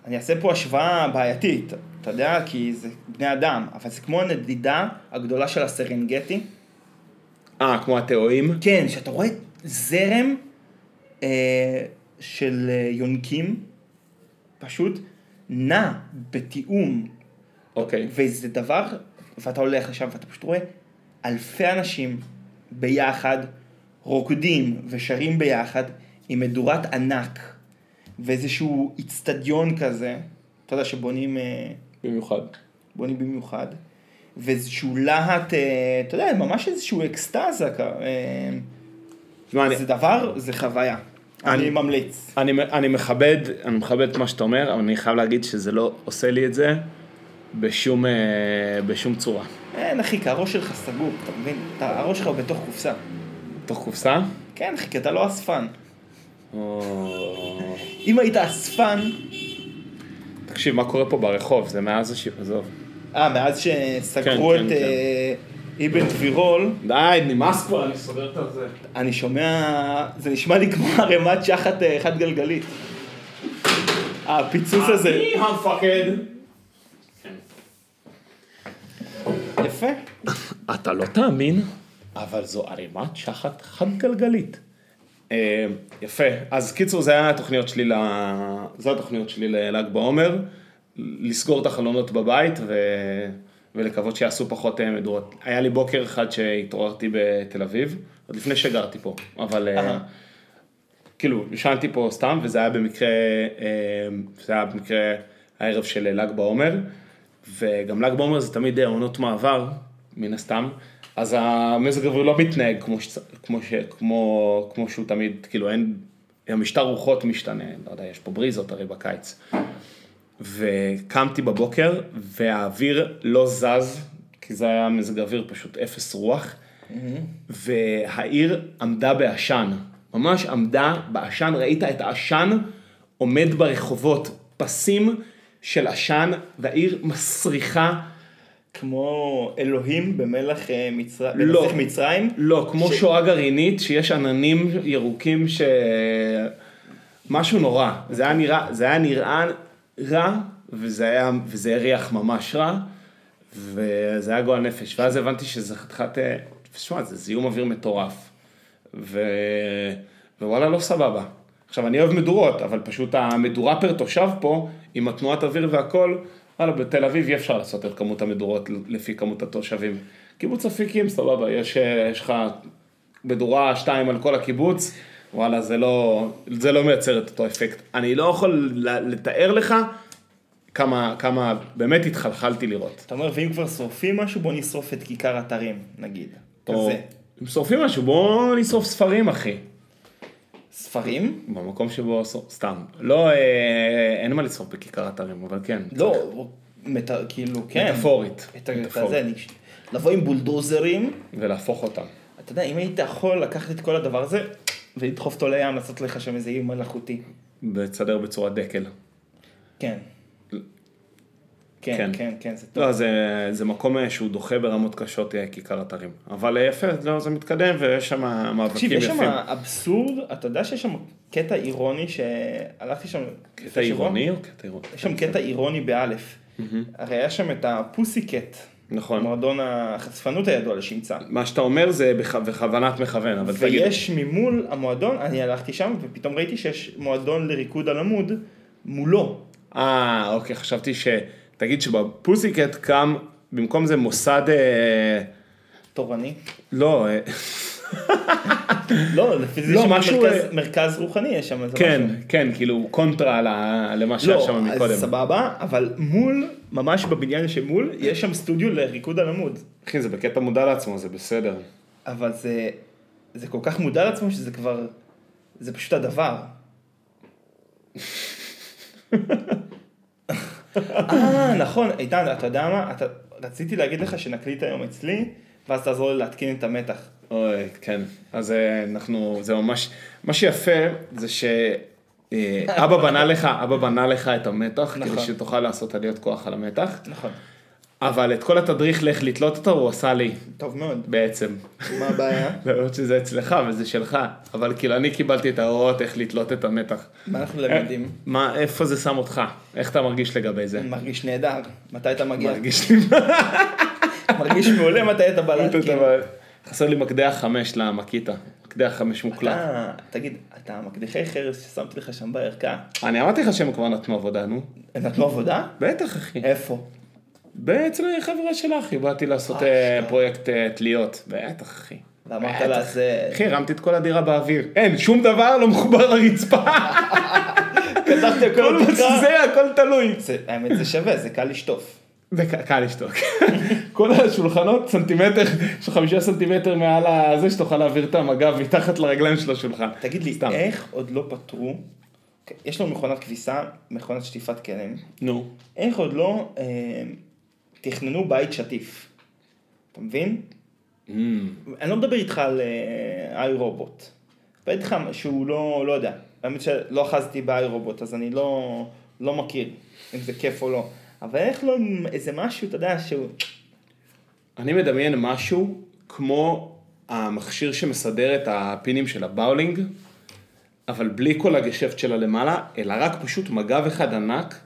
אני אעשה פה השוואה בעייתית, אתה יודע? כי זה בני אדם, אבל זה כמו הנדידה הגדולה של הסרנגטי. אה, כמו התאואים? כן, שאתה רואה זרם אה, של אה, יונקים, פשוט נע בתיאום, אוקיי. וזה דבר, ואתה הולך לשם ואתה פשוט רואה אלפי אנשים ביחד רוקדים ושרים ביחד עם מדורת ענק ואיזשהו איצטדיון כזה, אתה יודע שבונים אה, במיוחד. בונים במיוחד, ואיזשהו להט, אה, אתה יודע, ממש איזשהו אקסטזה, כ- אה, תשמע, אני- זה דבר, זה חוויה, אני- אני ממליץ. אני, אני מכבד, אני מכבד את מה שאתה אומר, אבל אני חייב להגיד שזה לא עושה לי את זה בשום, אה, בשום צורה. אין אחי, כי הראש שלך סגור, אתה מבין? אתה- הראש שלך הוא בתוך קופסה. תוך קופסה? כן אחי, כי אתה לא אספן. או... אם היית אספן, תקשיב, מה קורה פה ברחוב? זה מאז השיפ... עזוב. אה, מאז שסגרו כן, את כן. אה, אבן גבירול, די, נמאס כבר, אני סוגר את הזה. אני שומע, זה נשמע לי כמו ערימת שחת אה, חד גלגלית. הפיצוץ הזה, אני המפקד. יפה. אתה לא תאמין, אבל זו ערימת שחת חד גלגלית. אה, יפה, אז קיצור זה היה התוכניות שלי, ל... זה התוכניות שלי לל"ג בעומר, לסגור את החלונות בבית ו... ולקוות שיעשו פחות אה, מדורות. היה לי בוקר אחד שהתעוררתי בתל אביב, עוד לפני שגרתי פה, אבל אה, אהה. כאילו ישנתי פה סתם וזה היה במקרה, אה, זה היה במקרה הערב של אה, ל"ג בעומר, וגם ל"ג בעומר זה תמיד אה, עונות מעבר, מן הסתם. אז המזג האוויר לא מתנהג כמו, שצ... כמו, ש... כמו... כמו שהוא תמיד, כאילו אין, המשטר רוחות משתנה, לא יודע, יש פה בריזות הרי בקיץ. וקמתי בבוקר והאוויר לא זז, כי זה היה מזג אוויר פשוט אפס רוח, והעיר עמדה בעשן, ממש עמדה בעשן, ראית את העשן עומד ברחובות, פסים של עשן, והעיר מסריחה, כמו אלוהים במלח אה, מצרים, לא. במלך מצרים. לא, כמו ש... שואה גרעינית, שיש עננים ירוקים ש... משהו נורא. זה היה נראה, זה היה נראה רע, וזה היה, וזה הריח ממש רע, וזה היה גועל נפש. ואז הבנתי שזה חתיכת... אה, תשמע, זה זיהום אוויר מטורף. ו... ווואלה, לא סבבה. עכשיו, אני אוהב מדורות, אבל פשוט המדורה פר תושב פה, עם התנועת אוויר והכל, וואלה, בתל אביב אי אפשר לעשות את כמות המדורות לפי כמות התושבים. קיבוץ אפיקים, סבבה, יש אה, יש לך מדורה שתיים על כל הקיבוץ, וואלה, זה לא, זה לא מייצר את אותו אפקט. אני לא יכול ל- לתאר לך כמה, כמה באמת התחלחלתי לראות. אתה אומר, ואם כבר שורפים משהו, בוא נשרוף את כיכר אתרים, נגיד. או, כזה. אם שורפים משהו, בואו נשרוף ספרים, אחי. ספרים? במקום שבו, שור- סתם. לא, אה, אין מה לשרוף בכיכר אתרים, אבל כן. לא, צריך. מת... כאילו, כן. מטאפורית. את ה- את מטאפורית. הזה, אני... לבוא עם בולדוזרים, ולהפוך אותם. אתה יודע, אם היית יכול לקחת את כל הדבר הזה ולדחוף אותו לים, לעשות לך שם איזה אי מלאכותי. ולסדר בצורת דקל. כן. כן. כן, כן, כן, זה טוב. לא, זה, זה מקום אה, שהוא דוחה ברמות קשות אה, כיכר אתרים. אבל אה, יפה, לא, זה מתקדם ויש שם מאבקים תקשיב, יש לא, יפים. שם אבסורד, אתה יודע שיש שם קטע אירוני שהלכתי שם... קטע לפני שבוע? עירוני או קטע עירוני? יש שם קטע אירוני באלף. הרי היה שם את הפוסיקט, נכון. מועדון החשפנות הידוע לשמצה. מה שאתה אומר זה בכ- בכוונת מכוון, אבל תגיד. ויש ממול המועדון, אני הלכתי שם ופתאום ראיתי שיש מועדון לריקוד על עמוד מולו. אה, אוקיי, חשבתי ש... תגיד שבפוסיקט קם, במקום זה מוסד... אה, תורני. לא, אה, לא, לפי זה לא, יש שם משהו, מרכז- אה, מרכז רוחני, יש שם איזה כן, משהו. כן, כאילו קונטרה ל- למה שהיה שם לא, מקודם. אז סבבה, אבל מול, ממש בבניין שמול, יש שם סטודיו לריקוד על עמוד. אחי, זה בקטע מודע לעצמו, זה בסדר. אבל זה, זה כל כך מודע לעצמו שזה כבר, זה פשוט הדבר. אה, נכון, איתן, אתה יודע מה? אתה, רציתי להגיד לך שנקליט היום אצלי, ואז תעזור לי להתקין את המתח. אוי, כן. אז אה, אנחנו, זה ממש, מה שיפה זה שאבא בנה לך, אבא בנה לך את המתח, כדי נכון. שתוכל לעשות עליות כוח על המתח, נכון. אבל את כל התדריך לאיך לתלות אותו הוא עשה לי, טוב מאוד. בעצם. מה הבעיה? למרות שזה אצלך וזה שלך, אבל כאילו אני קיבלתי את ההוראות איך לתלות את המתח. מה אנחנו למדים? מה, איפה זה שם אותך? איך אתה מרגיש לגבי זה? אני מרגיש נהדר. מתי אתה מגיע? מרגיש לי מרגיש מעולה מתי אתה בא להתקין. כן, חסר לי מקדח חמש למקיטה, מקדח חמש מוקלט. אתה, תגיד, אתה המקדיחי חרס ששמתי לך שם בערכה, אני אמרתי לך שהם כבר נתנו עבודה, נו. הם נתנו עבודה? בטח, אחי. איפה? בעצם חברה שלך, היא באתי לעשות אה, פרויקט אה, תליות. בטח, אחי. ואמרת לה, זה... אחי, הרמתי את כל הדירה באוויר. אין, שום דבר לא מחובר לרצפה. כתבת את כל כל מה התקרה. שזה, הכל תלוי. זה- האמת זה שווה, זה קל לשטוף. זה ק- קל לשתוק. כל השולחנות, סנטימטר, יש לך חמישה סנטימטר מעל הזה, שתוכל להעביר את המגב מתחת לרגליים של השולחן. תגיד לי, סתם. איך עוד לא פתרו, אוקיי, יש לנו מכונת כביסה, מכונת שטיפת כלים, נו. איך עוד לא אה, תכננו בית שטיף? אתה מבין? אני לא מדבר איתך על אה, איי רובוט. מדבר איתך שהוא לא, לא יודע. האמת שלא אחזתי באיי רובוט, אז אני לא, לא מכיר אם זה כיף או לא. אבל איך לא עם איזה משהו, אתה יודע, שהוא... אני מדמיין משהו כמו המכשיר שמסדר את הפינים של הבאולינג, אבל בלי כל הגשפט שלה למעלה, אלא רק פשוט מגב אחד ענק,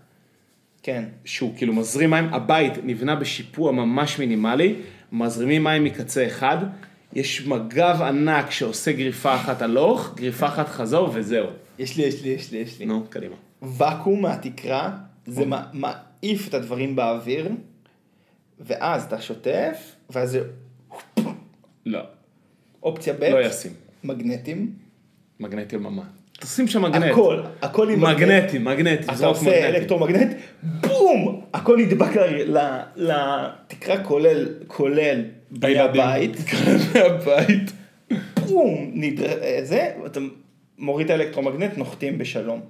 כן. שהוא כאילו מזרים מים, הבית נבנה בשיפוע ממש מינימלי, מזרימים מים מקצה אחד, יש מגב ענק שעושה גריפה אחת הלוך, גריפה אחת חזור וזהו. יש לי, יש לי, יש לי, יש לי. Mm. נו, קדימה. ואקום מהתקרה, זה מע- מעיף את הדברים באוויר, ואז אתה שוטף, ואז זה לא, אופציה ב', לא ישים. מגנטים, מגנטי על ממה. תשים שם מגנט. הכל, הכל עם מגנטי, מגנטי, אתה זרוק עושה מגנטי. אלקטרומגנט, בום! הכל נדבק ל- ל- לתקרה כולל, כולל בני הילדים. הבית, מהבית. בום! נדר- אה, זה, אתה מוריד את האלקטרומגנט, נוחתים בשלום.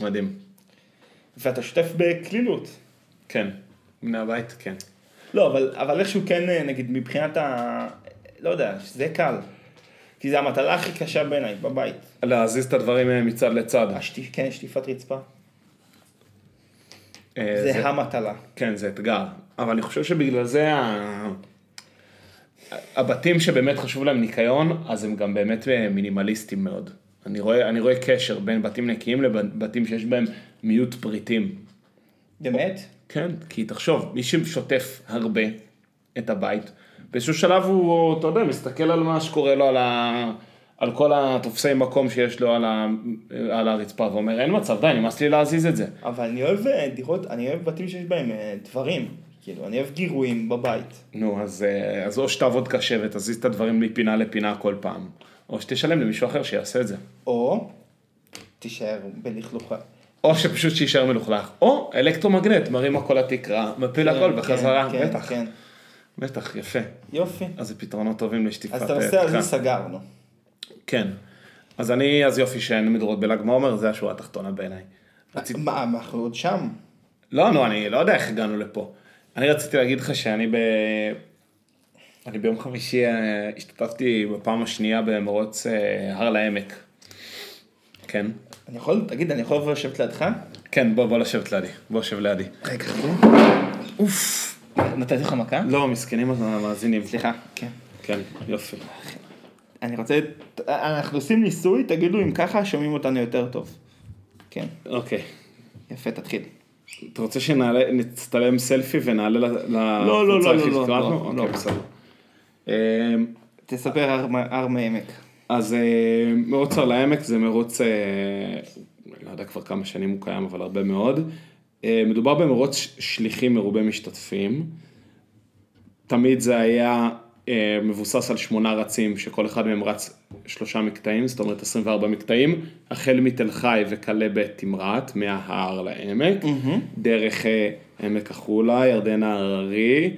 מדהים. ואתה שוטף בקלילות. כן. בני הבית, כן. לא, אבל, אבל איכשהו כן, אה, נגיד, מבחינת ה... לא יודע, שזה קל. כי זה המטלה הכי קשה בעיניי, בבית. להזיז את הדברים אה, מצד לצד. השטיפ, כן, שטיפת רצפה. אה, זה המטלה. כן, זה אתגר. אבל אני חושב שבגלל זה ה... הבתים שבאמת חשוב להם ניקיון, אז הם גם באמת אה, מינימליסטים מאוד. אני רואה, אני רואה קשר בין בתים נקיים לבתים שיש בהם מיעוט פריטים. באמת? כן, כי תחשוב, מי ששוטף הרבה את הבית, באיזשהו שלב הוא, אתה יודע, מסתכל על מה שקורה לו, על, ה... על כל התופסי מקום שיש לו על, ה... על הרצפה, ואומר, אין מצב, די, נמאס לי להזיז את זה. אבל אני אוהב אה, דירות, אני אוהב בתים שיש בהם אה, דברים. כאילו, אני אוהב גירויים בבית. נו, אז, אה, אז או שתעבוד קשה ותזיז את הדברים מפינה לפינה כל פעם, או שתשלם למישהו אחר שיעשה את זה. או, תישאר בלכלוך. או שפשוט שיישאר מלוכלך, או אלקטרומגנט, מרים הכל לתקרה, מפיל הכל בחזרה, כן, בטח, כן. בטח, יפה. יופי. אז זה פתרונות טובים לשטיפת אז אה, את תקרה. הנושא הזה סגרנו. כן. אז אני, אז יופי שאין מדורות בל"ג בעומר, זה השורה התחתונה בעיניי. רצית... מה, מה, אנחנו עוד שם? לא, נו, אני לא יודע איך הגענו לפה. אני רציתי להגיד לך שאני ב... אני ביום חמישי אה, השתתפתי בפעם השנייה במרוץ אה, הר לעמק. כן? אני יכול, תגיד, אני יכול לבוא לשבת לידך? כן, בוא, בוא לשבת לידי. בוא, שב לידי. רגע, אוף. נתתי לך מכה? לא, מסכנים המאזינים. סליחה. כן. כן, יופי. אני רוצה, אה, אנחנו עושים ניסוי, תגידו אם ככה שומעים אותנו יותר טוב. כן, אוקיי. יפה, תתחיל. אתה רוצה שנצטלם סלפי ונעלה ל- לא, לקבוצה לא, לא, הכי לא, שקראנו? לא, אוקיי, לא. בסדר. אה, תספר הר מעמק. אז אה, מרוץ על העמק זה מרוץ, אה, לא יודע כבר כמה שנים הוא קיים, אבל הרבה מאוד. אה, מדובר במרוץ ש- שליחים מרובי משתתפים. תמיד זה היה אה, מבוסס על שמונה רצים, שכל אחד מהם רץ שלושה מקטעים, זאת אומרת 24 מקטעים, החל מתל חי וכלה בתמרת, מההר לעמק, דרך אה, עמק החולה, ירדן ההררי,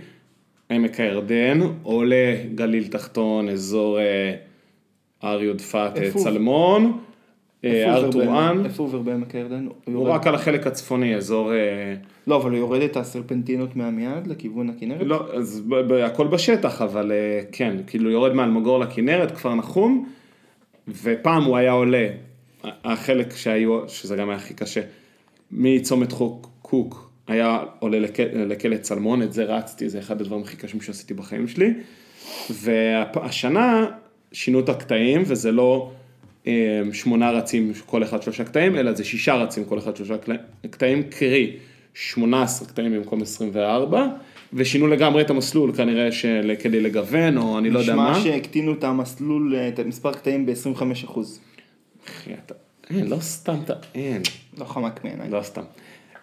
עמק הירדן, עולה גליל תחתון, אזור אה, הר יודפת, אה, איפה הוא? צלמון, אה, הר טורען, איפה הוא עובר בעמק הירדן? הוא הוא יורד- רק על החלק הצפוני, אזור... אה, לא, אבל הוא יורד את הסרפנטינות מהמיעד לכיוון הכנרת? לא, אז ב- ב- הכל בשטח, אבל אה, כן, כאילו יורד מאלמגור לכנרת, כפר נחום, ופעם הוא היה עולה, ה- החלק שהיו, שזה גם היה הכי קשה, מצומת חוק קוק, היה עולה לכ- לכלא צלמון, את זה רצתי, זה אחד הדברים הכי קשים שעשיתי בחיים שלי, והשנה שינו את הקטעים, וזה לא אה, שמונה רצים כל אחד שלושה קטעים, אלא זה שישה רצים כל אחד שלושה קל- קטעים, קרי 18 קטעים במקום 24, ושינו לגמרי את המסלול כנראה של, כדי לגוון, או אני לא יודע מה. נשמע שהקטינו את המסלול, אה, את מספר קטעים ב-25%. אחי, אתה... אין, לא סתם אתה... אין, לא חמק מעיניי. לא סתם.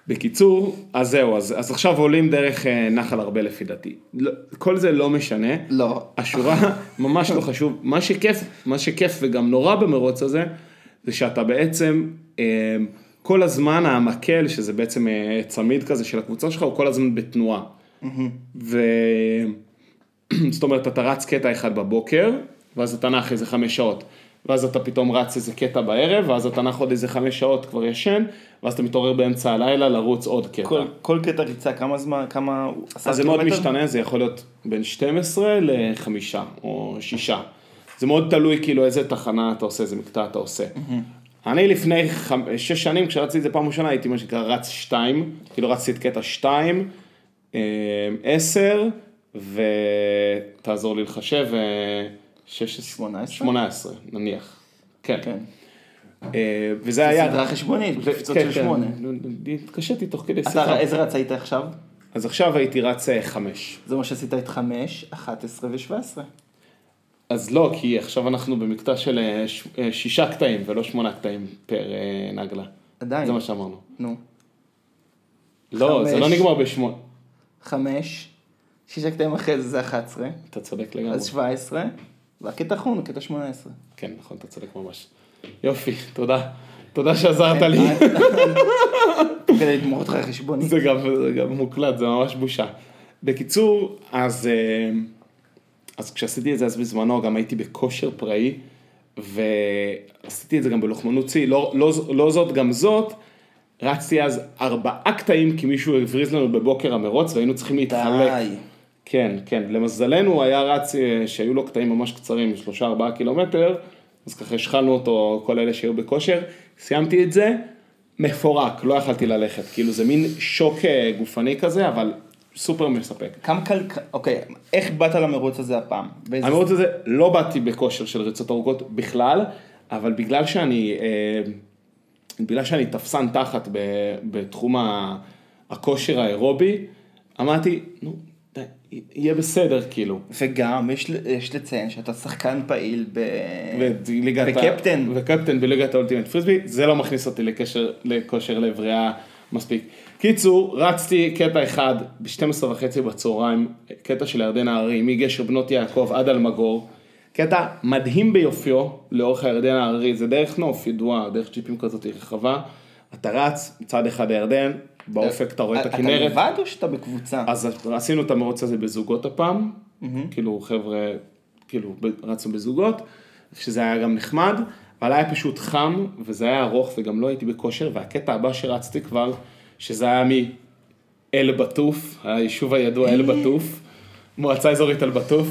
בקיצור, אז זהו, אז, אז עכשיו עולים דרך אה, נחל הרבה לפי דעתי. לא, כל זה לא משנה. לא. השורה ממש לא חשוב. מה שכיף, מה שכיף וגם נורא במרוץ הזה, זה שאתה בעצם, אה, כל הזמן המקל, שזה בעצם אה, צמיד כזה של הקבוצה שלך, הוא כל הזמן בתנועה. ו... זאת אומרת, אתה רץ קטע אחד בבוקר, ואז אתה נח איזה חמש שעות. ואז אתה פתאום רץ איזה קטע בערב, ואז אתה נח עוד איזה חמש שעות כבר ישן, ואז אתה מתעורר באמצע הלילה לרוץ עוד קטע. כל- כל קטע ריצה, כמה זמן, כמה... הוא- עשרה אז זה מאוד קילומטר? משתנה, זה יכול להיות בין 12 ל-5 או 6. זה מאוד תלוי כאילו איזה תחנה אתה עושה, איזה מקטע אתה עושה. אני לפני 6 שנים, כשרציתי את זה פעם ראשונה, הייתי מה שנקרא רץ 2, כאילו רצתי את קטע 2, 10, ותעזור לי לחשב, אה, 16, 18? 18, נניח. כן. כן. אה, וזה היה... סדרה חשבונית, קפיצות כן, של כן. שמונה. התקשיתי תוך כדי שיחה. אתה איזה רץ היית עכשיו? אז עכשיו הייתי רץ אה, 5. זה מה שעשית את 5, 11 ו-17. אז לא, כי עכשיו אנחנו במקטע של אה, ש- אה, שישה קטעים ולא שמונה קטעים פר אה, נגלה. עדיין. זה מה שאמרנו. נו. לא, חמש. זה לא נגמר בשמונה. 5, 6 קטעים אחרי זה זה 11, אתה צודק לגמרי. אז 17, והקטע האחרון הוא קטע 18. כן, נכון, אתה צודק ממש. יופי, תודה. תודה שעזרת לי. כדי לגמור אותך חשבונית. זה גם, זה גם מוקלט, זה ממש בושה. בקיצור, אז, אה, אז כשעשיתי את זה אז בזמנו, גם הייתי בכושר פראי, ועשיתי את זה גם בלוחמנות צי, לא, לא, ז- לא זאת גם זאת, רצתי אז ארבעה קטעים, כי מישהו הבריז לנו בבוקר המרוץ, והיינו צריכים להתחלק. די. כן, כן, למזלנו הוא היה רץ אה, שהיו לו קטעים ממש קצרים, שלושה ארבעה קילומטר, אז ככה השחלנו אותו, כל אלה שהיו בכושר, סיימתי את זה, מפורק, לא יכלתי ללכת, כאילו זה מין שוק אה, גופני כזה, אבל סופר מספק. כמה קל... אוקיי, איך באת למרוץ הזה הפעם? באיזה- המרוץ הזה, לא באתי בכושר של ריצות ארוכות בכלל, אבל בגלל שאני, אה, בגלל שאני תפסן תחת ב, בתחום ה, הכושר האירובי, אמרתי, נו, די, יהיה בסדר, כאילו. וגם, יש ל- יש לציין שאתה שחקן פעיל ב... וליגת ה- וקפטן. וקפטן בליגת האולטימט פריסבי, זה לא מכניס אותי לקשר, לכושר לב ריאה מספיק. קיצור, רצתי קטע אחד ב-12 וחצי בצהריים, קטע של ירדן ההררי, מגשר בנות יעקב עד אלמגור. קטע מדהים ביופיו לאורך הירדן ההררי, זה דרך נוף ידועה, דרך ג'יפים כזאת רחבה. אתה רץ, מצד אחד הירדן, באופק אתה רואה את הכנרת. אתה לבד או שאתה בקבוצה? אז עשינו את המרוץ הזה בזוגות הפעם, כאילו חבר'ה, כאילו ב- רצנו בזוגות, שזה היה גם נחמד, אבל היה פשוט חם, וזה היה ארוך, וגם לא הייתי בכושר, והקטע הבא שרצתי כבר, שזה היה מאל בטוף, היישוב הידוע אל בטוף, מועצה אזורית אל בטוף,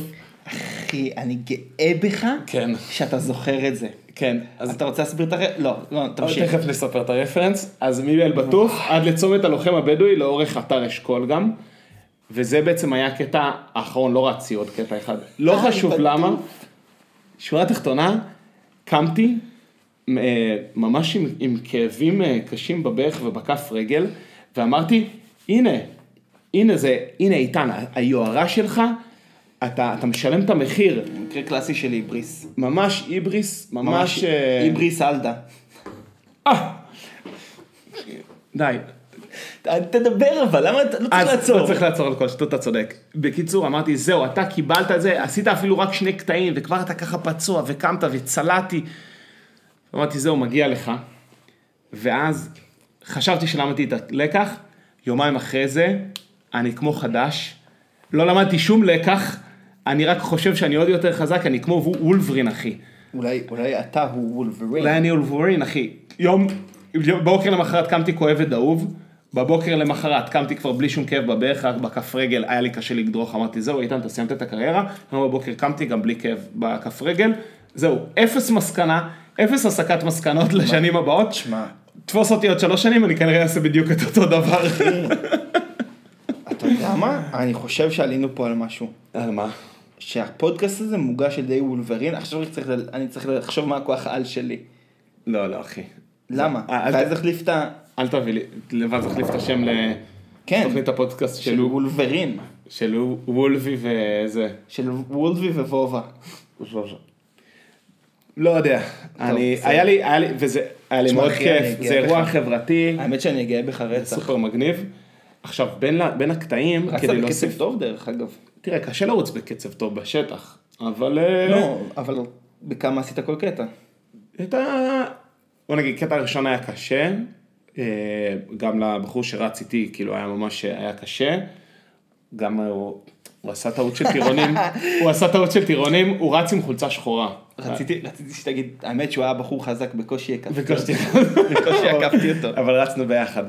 אחי, אני גאה בך כן. שאתה זוכר את זה. כן, אז אתה רוצה להסביר את הר... לא, לא, תמשיך. תכף נספר את הרפרנס, אז מבאל בטוף עד לצומת הלוחם הבדואי לאורך אתר אשכול גם, וזה בעצם היה הקטע האחרון, לא רצי עוד קטע אחד, לא אל חשוב אה, בטוף. למה. שורה תחתונה, קמתי אה, ממש עם, עם כאבים אה, קשים בברך ובכף רגל, ואמרתי, הנה, הנה זה, הנה איתן, ה- היוהרה שלך, אתה, אתה משלם את המחיר, מקרה קלאסי של היבריס. ממש היבריס, ממש... אה, היבריס אלדה. די, אה, תדבר אבל, למה אתה לא צריך אז לעצור? לא צריך לעצור על כל שטות, אתה צודק. בקיצור, אמרתי, זהו, אתה קיבלת את זה, עשית אפילו רק שני קטעים, וכבר אתה ככה פצוע, וקמת, וצלעתי. אמרתי, זהו, מגיע לך. ואז חשבתי שלמדתי את הלקח, יומיים אחרי זה, אני כמו חדש, לא למדתי שום לקח, אני רק חושב שאני עוד יותר חזק, אני כמו וו- וולברין, אחי. אולי, אולי אתה הוא וולברין. אולי אני וולברין, אחי. יום, יום- בוקר למחרת קמתי כואב ודאוב, בבוקר למחרת קמתי כבר בלי שום כאב בברך, רק בכף רגל, היה לי קשה לגדרוך, אמרתי, זהו, איתן, אתה סיימת את הקריירה, היום בבוקר קמתי גם בלי כאב בכף רגל, זהו, אפס מסקנה, אפס הסקת מסקנות לשנים הבאות. שמע, תפוס אותי עוד שלוש שנים, אני כנראה אעשה בדיוק את אותו דבר. אתה יודע מה? אני חושב שעלינו פה על משהו. על אה, מה? שהפודקאסט הזה מוגש על ידי וולברין, עכשיו אני צריך, ל- אני צריך לחשוב מה הכוח העל שלי. לא, לא, אחי. למה? אה, אל אתה ת- תחליף את ה... אל תביא לי, לבד תחליף את השם כן. לתוכנית הפודקאסט של של וולברין. של וולבי וזה. של וולבי וובה. לא יודע. אני, בסדר. היה לי, היה לי, וזה, היה לי תשמע, מאוד אחי, אני כיף, גאה זה אירוע בך. חברתי, האמת שאני גאה בך רצח. סופר מגניב. עכשיו, בין ל- בין הקטעים, רצת כדי בכסף להוסיף, טוב דרך אגב. תראה, קשה לרוץ בקצב טוב בשטח, אבל... אה, לא, אבל בכמה עשית כל קטע. הייתה, בוא נגיד, קטע ראשון היה קשה, אה, גם לבחור שרץ איתי, כאילו היה ממש, היה קשה, גם הוא, הוא עשה טעות של טירונים, הוא עשה טעות של טירונים, הוא רץ עם חולצה שחורה. רציתי רציתי שתגיד, האמת שהוא היה בחור חזק, בקושי הקפתי בקושי. בקושי עקפתי אותו. אבל רצנו ביחד.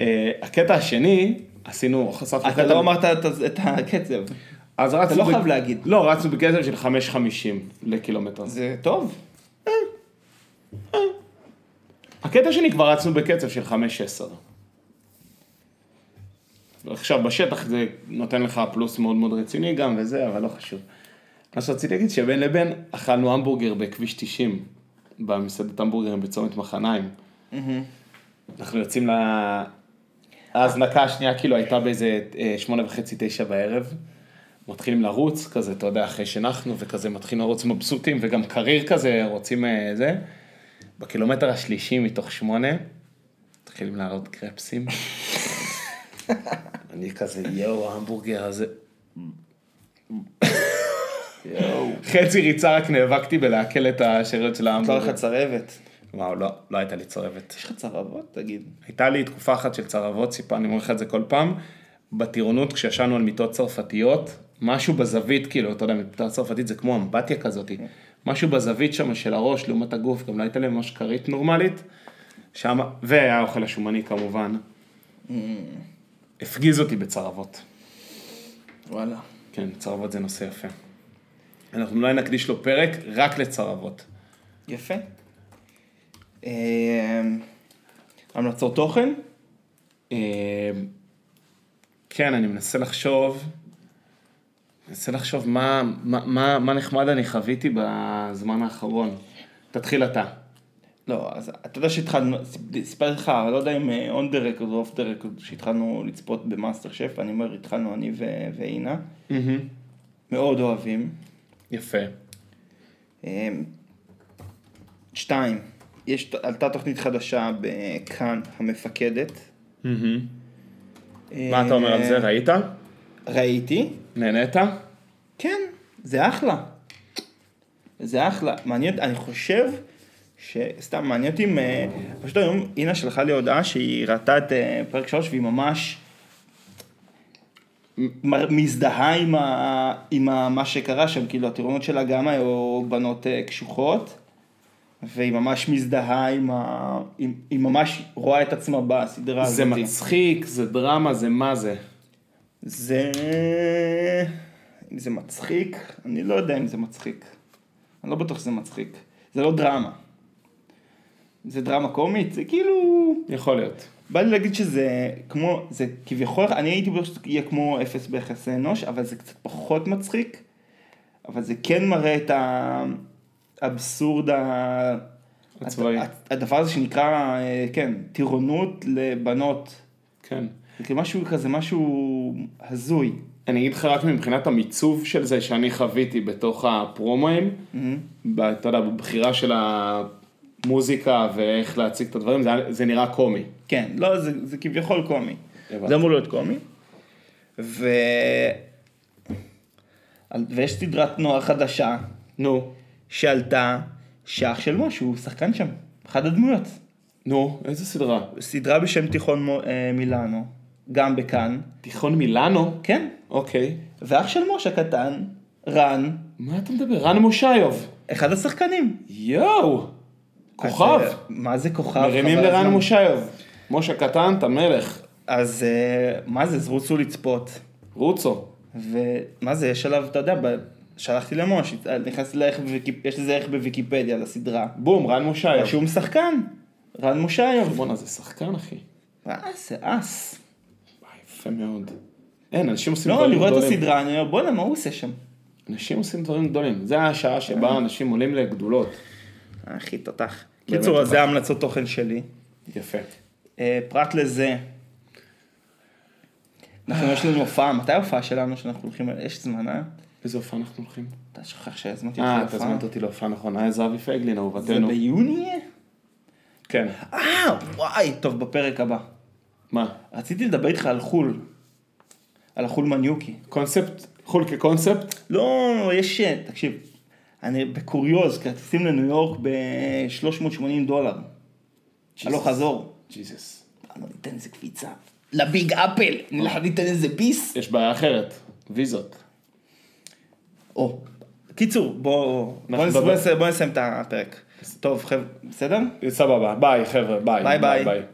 אה, הקטע השני, עשינו, חשפנו אתה לא אמרת את ה- את הקצב. אז רצנו... אתה לא ב- חייב להגיד. לא, רצנו בקצב של 5.50 לקילומטר. זה טוב. הקטע השני כבר רצנו בקצב של 5.10. עכשיו בשטח זה נותן לך פלוס מאוד מאוד רציני גם וזה, אבל לא חשוב. מה שרציתי להגיד שבין לבין אכלנו המבורגר בכביש 90, במסעדת המבורגרים בצומת מחניים. אנחנו יוצאים ל... ההזנקה השנייה כאילו הייתה באיזה אה, שמונה וחצי, תשע בערב. מתחילים לרוץ כזה, אתה יודע, אחרי שנחנו וכזה מתחילים לרוץ מבסוטים וגם קריר כזה, רוצים אה, זה. בקילומטר השלישי מתוך שמונה, מתחילים לעלות קרפסים. אני כזה, יואו, ההמבורגר הזה. חצי ריצה רק נאבקתי בלעכל את השאריות של נוצר לך ההמבורגר. צרבת. וואו, לא, לא הייתה לי צורבת. יש לך צרבות? תגיד. הייתה לי תקופה אחת של צרבות, סיפה, אני אומר לך את זה כל פעם, בטירונות כשישנו על מיטות צרפתיות, משהו בזווית, כאילו, אתה יודע, מיטה צרפתית זה כמו אמבטיה כזאת, משהו בזווית שם של הראש לעומת הגוף, גם לא הייתה לי ממש כרית נורמלית, שם, והיה אוכל השומני כמובן, הפגיז אותי בצרבות. וואלה. כן, צרבות זה נושא יפה. אנחנו אולי נקדיש לו פרק רק לצרבות. יפה. אמ, המלצות תוכן? אה, כן, אני מנסה לחשוב, מנסה לחשוב מה, מה, מה, מה נחמד אני חוויתי בזמן האחרון. תתחיל אתה. לא, אז אתה יודע שהתחלנו, סיפרתי לך, לא יודע אם אה, on the record או off the record, שהתחלנו לצפות במאסטר שף, ואני אומר, התחלנו אני ו- ואינה, מאוד אוהבים. יפה. אמ, שתיים, יש, עלתה תוכנית חדשה בכאן, המפקדת. אה, מה אתה אומר על זה? ראית? ראיתי, נהנית? כן, זה אחלה. זה אחלה. מעניין, אני חושב ש... סתם, מעניין אותי אם... אה, פשוט היום אינה שלחה לי הודעה שהיא ראתה את אה, פרק 3 והיא ממש מ- מזדהה עם, ה... עם ה... מה שקרה שם, כאילו הטירונות שלה גם היו בנות אה, קשוחות. והיא ממש מזדהה עם ה... היא, היא ממש רואה את עצמה בסדרה הזאת. זה מצחיק, זה דרמה, זה מה זה. זה... אם זה מצחיק, אני לא יודע אם זה מצחיק. אני לא בטוח שזה מצחיק. זה לא דרמה. זה דרמה קומית, זה כאילו... יכול להיות. בא לי להגיד שזה כמו, זה כביכול, אני הייתי בטוח שזה יהיה כמו אפס ביחסי אנוש, אבל זה קצת פחות מצחיק, אבל זה כן מראה את האבסורד ה... הצבאי. הד- הדבר הזה שנקרא, אה, כן, טירונות לבנות. כן. זה כאילו משהו כזה, משהו הזוי. אני אגיד לך רק מבחינת המיצוב של זה שאני חוויתי בתוך הפרומואים, ב- אתה יודע, בבחירה של המוזיקה ואיך להציג את הדברים, זה היה- זה נראה קומי. כן, לא, זה, זה כביכול קומי. הבנתי. זה אמור להיות קומי. ו... ויש סדרת נוער חדשה נו. שעלתה, שאח של משהו, הוא שחקן שם, אחת הדמויות. נו, איזה סדרה? סדרה בשם תיכון מו- אה, מילאנו, גם בכאן, תיכון מילאנו? כן, אוקיי. ואח של משה קטן, רן, מה אתה מדבר? רן מושיוב. אחד השחקנים. יואו! כוכב. אז, אה, מה זה כוכב? מרימים חבל לרן הזמן. מושיוב. משה קטן, אתה מלך. אז אה, מה זה, אז רוצו לצפות. רוצו. ומה זה, יש עליו, אתה יודע, ב- שלחתי למוש, נכנסתי לערך, בוויקיפ- יש לזה ערך בוויקיפדיה לסדרה. בום, רן מושיוב. רשום שחקן, רן מושיוב. בואנה, זה שחקן, אחי. אה, זה אס. וואי, יפה מאוד. אין, אנשים עושים לא, אני דברים רואה את גדולים. הסדרה, אני אומר, בואנה, מה הוא עושה שם? אנשים עושים דברים גדולים. זה השעה שבה אנשים עולים לגדולות. אה, אחי, תותח. באמת קיצור, אז תותח. זה המלצות תוכן שלי. יפה. אה, פרט לזה, אנחנו יש לנו הופעה, מתי ההופעה שלנו שאנחנו הולכים, אליה? יש זמן, אה? איזה הופעה אנחנו הולכים? אתה שוכח שהזמנתי אותך אה, אתה להופעה? הזמנת אותי להופעה נכון. היה זהבי פייגלין, זה אהובתנו. ביוני יהיה? כן. אה, וואי, טוב, בפרק הבא. מה? רציתי לדבר איתך על חול. על החול מניוקי. קונספט? חול כקונספט? לא, יש... תקשיב, אני בקוריוז, כרטיסים לניו יורק ב-380 דולר. הלוך חזור. ג'יזוס. אני ניתן איזה קפיצה. לביג אפל, אנחנו ניתן איזה ביס. יש בעיה אחרת. ויזות. או. קיצור, בוא... בוא אנחנו נס- נדבר. בוא נס- בוא נסיים את הפרק. טוב, חבר'ה, בסדר? סבבה, ביי חבר'ה, ביי. ביי ביי.